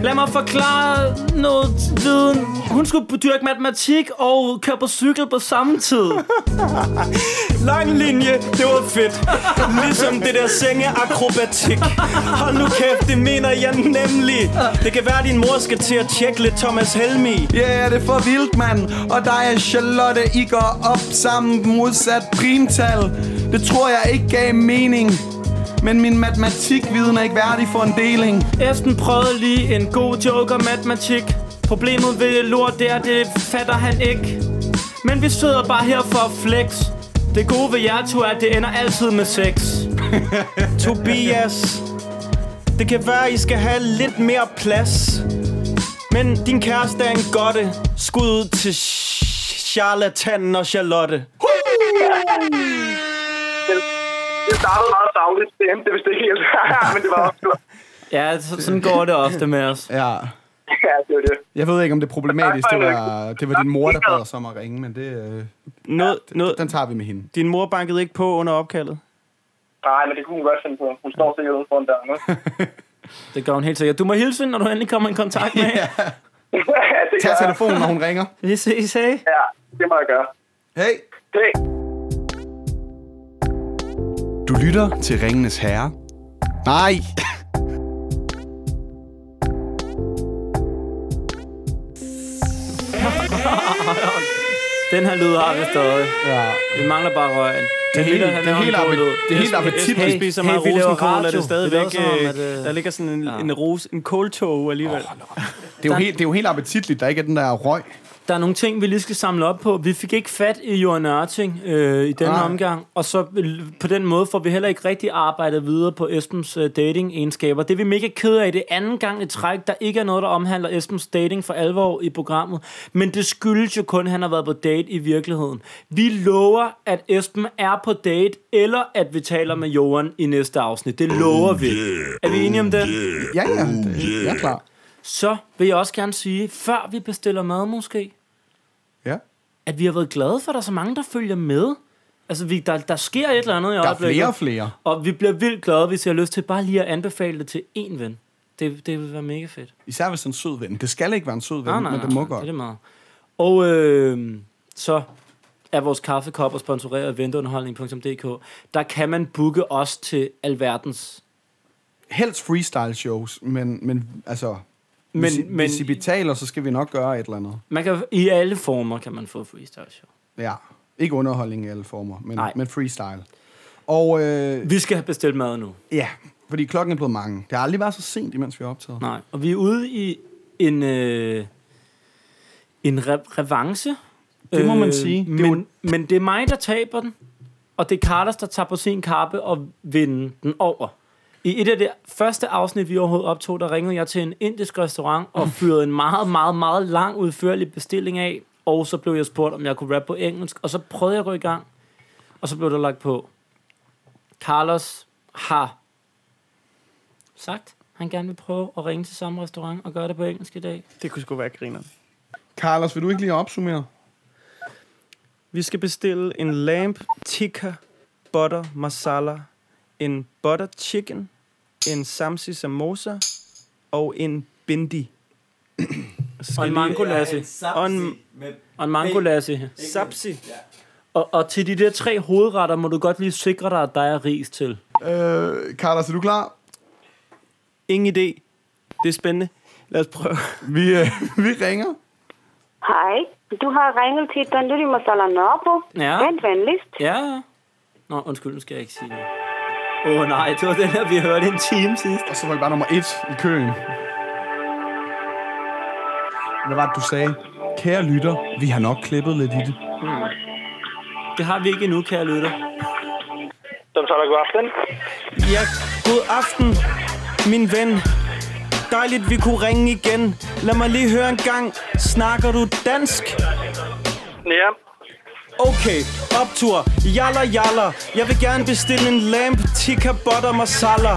[SPEAKER 1] Lad mig forklare noget viden Hun skulle dyrke matematik og køre på cykel på samme tid
[SPEAKER 3] Lang linje, det var fedt. Ligesom det der sengeakrobatik. Hold nu kæft, det mener jeg nemlig. Det kan være, din mor skal til at tjekke lidt Thomas Helmi.
[SPEAKER 2] Ja, yeah, det er for vildt, mand. Og der er Charlotte, I går op sammen modsat primtal. Det tror jeg ikke gav mening. Men min matematikviden er ikke værdig for en deling.
[SPEAKER 1] Esben prøvede lige en god joke om matematik Problemet ved lort det er, det fatter han ikke Men vi sidder bare her for at flex Det gode ved jer to er, at det ender altid med sex
[SPEAKER 3] Tobias, det kan være, I skal have lidt mere plads. Men din kæreste er en godte. Skud ud til Ch- charlatanen og Charlotte.
[SPEAKER 15] Det startede meget savligt, det endte det vist ikke helt. Men det var også flot.
[SPEAKER 1] Ja, så, sådan går det ofte med os.
[SPEAKER 2] Ja.
[SPEAKER 15] Ja, det var det.
[SPEAKER 2] Jeg ved ikke, om det er problematisk.
[SPEAKER 15] Tak
[SPEAKER 2] Det
[SPEAKER 15] for
[SPEAKER 2] var, det var din mor, der bad os om at ringe, men det... Øh,
[SPEAKER 3] noget,
[SPEAKER 2] noget, den tager vi med hende.
[SPEAKER 3] Din mor bankede ikke på under opkaldet.
[SPEAKER 15] Nej, Ah, men det kunne hun godt finde på. Hun står sikkert ude foran døren. ikke?
[SPEAKER 1] Det gør hun helt sikkert. Du må hilse hende, når du endelig kommer i kontakt med hende.
[SPEAKER 15] Ja, det
[SPEAKER 2] Tag
[SPEAKER 15] gør jeg.
[SPEAKER 2] telefonen, når hun ringer.
[SPEAKER 1] Vi ses, hey.
[SPEAKER 15] Ja, det må jeg gøre.
[SPEAKER 2] Hey!
[SPEAKER 15] Hey!
[SPEAKER 2] Du lytter til Ringenes Herre. Nej!
[SPEAKER 1] Den her lyd har vi stadig. Ja. Vi mangler bare røgen.
[SPEAKER 2] Det er helt-
[SPEAKER 1] Peter, han
[SPEAKER 2] det er
[SPEAKER 1] laver
[SPEAKER 2] helt
[SPEAKER 1] en god
[SPEAKER 2] appet-
[SPEAKER 1] lyd.
[SPEAKER 2] det er helt appetitligt.
[SPEAKER 1] Esben
[SPEAKER 3] spiser
[SPEAKER 1] hey,
[SPEAKER 3] meget
[SPEAKER 1] vi laver
[SPEAKER 3] rosenkål,
[SPEAKER 1] radio.
[SPEAKER 3] er det stadigvæk...
[SPEAKER 1] lyder som om,
[SPEAKER 3] øh,
[SPEAKER 1] at, øh,
[SPEAKER 3] Der ligger sådan en, en, rose, en kåltog alligevel.
[SPEAKER 2] Det er jo helt, det er jo helt appetitligt, der ikke er den der røg.
[SPEAKER 1] Der er nogle ting, vi lige skal samle op på. Vi fik ikke fat i Johan Ørting øh, i denne
[SPEAKER 2] Nej.
[SPEAKER 1] omgang, og så vil- på den måde får vi heller ikke rigtig arbejdet videre på Esbens øh, dating-egenskaber. Det er vi mega ked af. Det er anden gang i træk, der ikke er noget, der omhandler Esbens dating for alvor i programmet. Men det skyldes jo kun, at han har været på date i virkeligheden. Vi lover, at Esben er på date, eller at vi taler med Johan i næste afsnit. Det lover vi. Er vi enige om det?
[SPEAKER 2] Ja, ja. Det, jeg er klar.
[SPEAKER 1] Så vil jeg også gerne sige, før vi bestiller mad måske,
[SPEAKER 2] Ja.
[SPEAKER 1] at vi har været glade for, at der er så mange, der følger med. Altså, vi, der, der sker et eller andet i
[SPEAKER 2] Der er
[SPEAKER 1] øjeblikket.
[SPEAKER 2] flere og flere.
[SPEAKER 1] Og vi bliver vildt glade, hvis I har lyst til bare lige at anbefale det til én ven. Det, det vil være mega fedt.
[SPEAKER 2] Især hvis det er en sød ven. Det skal ikke være en sød ven,
[SPEAKER 1] Nej, nej,
[SPEAKER 2] men det
[SPEAKER 1] nej,
[SPEAKER 2] må
[SPEAKER 1] nej,
[SPEAKER 2] godt.
[SPEAKER 1] det er det meget. Og øh, så er vores kaffekopper sponsoreret af venteunderholdning.dk. Der kan man booke os til alverdens
[SPEAKER 2] helst freestyle shows, men, men altså...
[SPEAKER 1] Men-
[SPEAKER 2] Men, hvis, I,
[SPEAKER 1] men-
[SPEAKER 2] men, hvis I betaler, så skal vi nok gøre et eller andet.
[SPEAKER 1] Man kan, I alle former kan man få freestyle show.
[SPEAKER 2] Ja. Ikke underholdning i alle former, men,
[SPEAKER 1] Nej.
[SPEAKER 2] men freestyle. Og øh,
[SPEAKER 1] Vi skal have bestilt mad nu.
[SPEAKER 2] ja, fordi klokken er blevet mange. Det har aldrig været så sent, imens vi har optaget.
[SPEAKER 1] Nej, og vi er ude i en, øh, en re- revanche.
[SPEAKER 2] Det må man sige. Det er
[SPEAKER 1] Men det, men det er mig, der taber den, og det er Carlos, der tager på sin kappe og vinder den over. I et af det første afsnit, vi overhovedet optog, der ringede jeg til en indisk restaurant og fyrede en meget, meget, meget lang udførlig bestilling af. Og så blev jeg spurgt, om jeg kunne rappe på engelsk, og så prøvede jeg at gå i gang. Og så blev der lagt på. Carlos har sagt, han gerne vil prøve at ringe til samme restaurant og gøre det på engelsk i dag.
[SPEAKER 3] Det kunne sgu være griner.
[SPEAKER 2] Carlos, vil du ikke lige opsummere?
[SPEAKER 3] Vi skal bestille en lamp tikka butter masala, en butter chicken, en samsi samosa og en bindi. Så skal
[SPEAKER 1] Og en
[SPEAKER 3] jeg lige-
[SPEAKER 1] mangolassi.
[SPEAKER 3] Og en,
[SPEAKER 1] og en mangolassi.
[SPEAKER 3] Sapsi.
[SPEAKER 1] Og, og til de der tre hovedretter må du godt lige sikre dig, at der er ris til.
[SPEAKER 2] Øh, Carlos, er du klar?
[SPEAKER 3] Ingen idé. Det er spændende. Lad os prøve.
[SPEAKER 2] Vi, øh, vi ringer.
[SPEAKER 9] Hej, du har ringet til Tandoori Masala Nørrebro.
[SPEAKER 1] Ja.
[SPEAKER 9] Vent venligst.
[SPEAKER 1] Ja. Nå, undskyld, nu skal jeg ikke sige det. Åh oh, nej, det var den her, vi hørte en time sidst.
[SPEAKER 2] Og så var vi bare nummer et i køen. Hvad var det, du sagde? Kære lytter, vi har nok klippet lidt i det.
[SPEAKER 1] Hmm. Det har vi ikke endnu, kære lytter.
[SPEAKER 15] Som taler god aften.
[SPEAKER 3] Ja, god aften, min ven. Dejligt, vi kunne ringe igen. Lad mig lige høre en gang. Snakker du dansk?
[SPEAKER 15] Ja.
[SPEAKER 3] Okay, optur. Jalla, jalla. Jeg vil gerne bestille en lamp, tikka butter masala.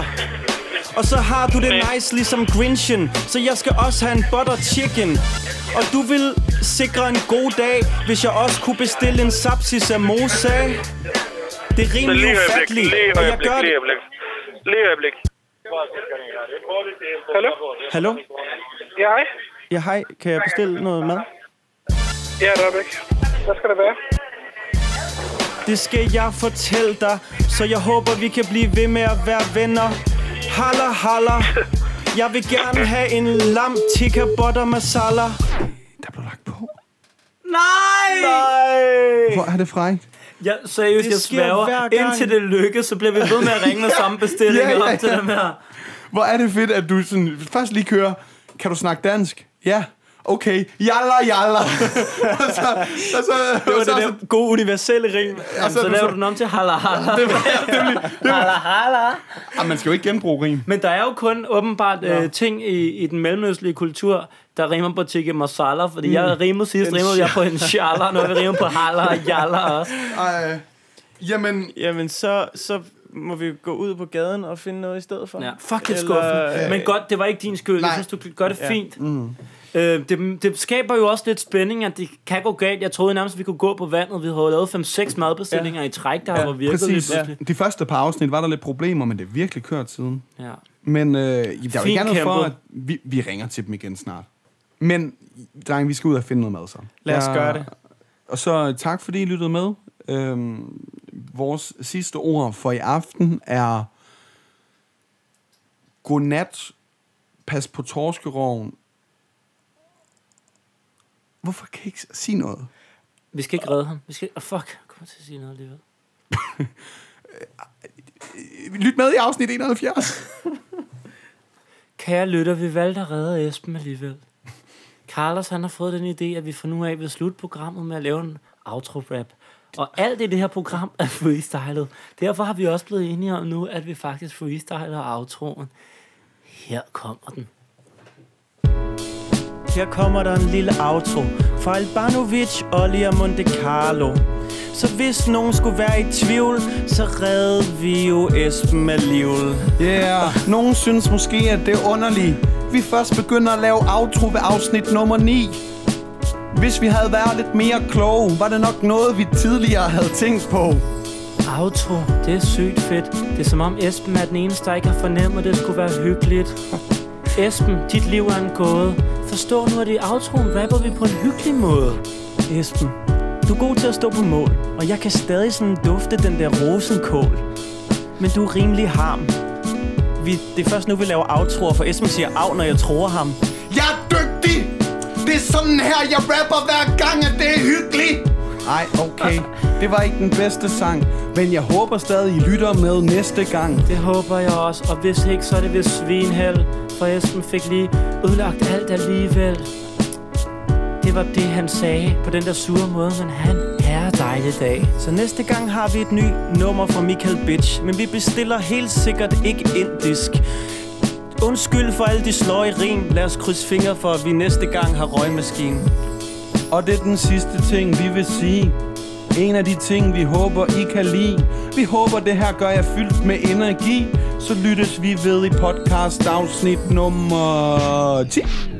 [SPEAKER 3] Og så har du det nice ligesom Grinchen, så jeg skal også have en butter chicken. Og du vil sikre en god dag, hvis jeg også kunne bestille en sapsi samosa. Det er
[SPEAKER 19] Så
[SPEAKER 3] rimelig
[SPEAKER 19] lige øjeblik,
[SPEAKER 3] ufatteligt,
[SPEAKER 19] lige
[SPEAKER 3] og jeg
[SPEAKER 19] øjeblik,
[SPEAKER 3] gør det.
[SPEAKER 19] lige øjeblik. Lige øjeblik.
[SPEAKER 15] Hallo?
[SPEAKER 3] Hallo?
[SPEAKER 15] Ja, hej.
[SPEAKER 3] Ja, hej. Kan jeg bestille noget mad?
[SPEAKER 15] Ja, der er Hvad skal det være?
[SPEAKER 3] Det skal jeg fortælle dig, så jeg håber, vi kan blive ved med at være venner. Halla, halla. Jeg vil gerne have en lam tikka butter masala.
[SPEAKER 1] Nej!
[SPEAKER 3] Nej!
[SPEAKER 2] Hvor er det frækt?
[SPEAKER 1] Jeg, seriøst,
[SPEAKER 3] Det
[SPEAKER 1] jeg
[SPEAKER 3] sker hver
[SPEAKER 1] sværger.
[SPEAKER 3] gang.
[SPEAKER 1] Indtil det lykkes, så bliver vi ved med at ringe med samme bestilling ja, ja, ja. op til dem her.
[SPEAKER 2] Hvor er det fedt, at du sådan, først lige kører, kan du snakke dansk? Ja. Okay, jalla, jalla. og så, og så,
[SPEAKER 3] Det var
[SPEAKER 2] og så,
[SPEAKER 3] den der gode universelle ring.
[SPEAKER 1] Jamen, så laver du den om til halla halla. Det var, halla halla.
[SPEAKER 2] Ah, man skal jo ikke genbruge rim.
[SPEAKER 1] Men der er jo kun åbenbart øh, ting i, i den mellemøstlige kultur, der rimer på tikka masala, fordi
[SPEAKER 2] Mm.
[SPEAKER 1] mm. jeg rimede sidst,
[SPEAKER 2] En
[SPEAKER 1] rimede jeg på
[SPEAKER 2] sha-
[SPEAKER 1] en shala, når jeg rimer på halla og jalla også.
[SPEAKER 2] Ej. Jamen,
[SPEAKER 3] Jamen så, så må vi gå ud på gaden og finde noget i stedet for.
[SPEAKER 1] Ja, fuck, det er skuffende. Men godt, det var ikke din skyld. Jeg
[SPEAKER 3] Nej.
[SPEAKER 1] synes, du gør det
[SPEAKER 3] Ja.
[SPEAKER 1] fint. Øh, det, det skaber jo også lidt spænding, at det kan gå galt. Jeg troede nærmest, vi kunne gå på vandet. Vi havde lavet 5-6 madbestillinger ja. i træk, der ja, var virket lige
[SPEAKER 2] præcis.
[SPEAKER 1] pludselig.
[SPEAKER 2] De første par afsnit var der lidt problemer, men det er virkelig kørt siden.
[SPEAKER 1] Ja.
[SPEAKER 2] Men øh, der er jo
[SPEAKER 1] Fint
[SPEAKER 2] ikke andet for,
[SPEAKER 1] kæmpet.
[SPEAKER 2] at vi, vi ringer til dem igen snart. Men, dreng, vi skal ud og finde noget mad så.
[SPEAKER 3] Lad os
[SPEAKER 2] Ja,
[SPEAKER 3] gøre det.
[SPEAKER 2] Og så tak, fordi I lyttede med. Øhm, vores sidste ord for i aften er... Godnat, pas på torskeroven. Hvorfor kan jeg ikke sige noget?
[SPEAKER 1] Vi skal ikke redde ham. Vi skal... Oh, fuck, jeg kommer til at sige noget alligevel.
[SPEAKER 2] Lyt med i afsnit 71.
[SPEAKER 1] Kære lytter, vi valgte at redde Esben alligevel. Carlos han har fået den idé, at vi fra nu af vil slutte programmet med at lave en outro-rap. Og alt i det her program er freestylet. Derfor har vi også blevet enige om nu, at vi faktisk freestyler outroen. Her kommer den.
[SPEAKER 3] Her kommer der en lille outro fra Albanovic, Olli og Monte Carlo. Så hvis nogen skulle være i tvivl, så redde vi jo Esben alligevel.
[SPEAKER 2] Yeah, nogen synes måske, at det er underligt. Vi først begynder at lave outro ved afsnit nummer 9. Hvis vi havde været lidt mere kloge, var det nok noget, vi tidligere havde tænkt på.
[SPEAKER 1] Outro, det er sygt fedt. Det er som om Esben er den eneste, der ikke har fornemmet, at det skulle være hyggeligt. Esben, dit liv er en gåde. Forstå nu, at i outroen rapper vi på en hyggelig måde.
[SPEAKER 3] Esben, du er god til at stå på mål, og jeg kan stadig sådan dufte den der rosenkål. Men du er rimelig harm. Vi, det er først nu, vi laver outroer, for Esben siger af, når jeg tror ham.
[SPEAKER 2] Jeg er dygtig! Det er sådan her, jeg rapper hver gang, at det er hyggeligt! Ej, okay. Det var ikke den bedste sang, men jeg håber stadig, I lytter med næste gang.
[SPEAKER 1] Det håber jeg også, og hvis ikke, så er det ved svinhæld, for Esben fik lige ødelagt alt alligevel. Det var det, han sagde på den der sure måde, men han er dejlig dag.
[SPEAKER 3] Så næste gang har vi et nyt nummer fra Michael Bitch, men vi bestiller helt sikkert ikke indisk. Undskyld for alle de slår i rim. Lad os krydse fingre for, at vi næste gang har røgmaskinen.
[SPEAKER 2] Og det er den sidste ting, vi vil sige. En af de ting, vi håber, I kan lide. Vi håber, det her gør jer fyldt med energi. Så lyttes vi ved i podcast afsnit nummer 10.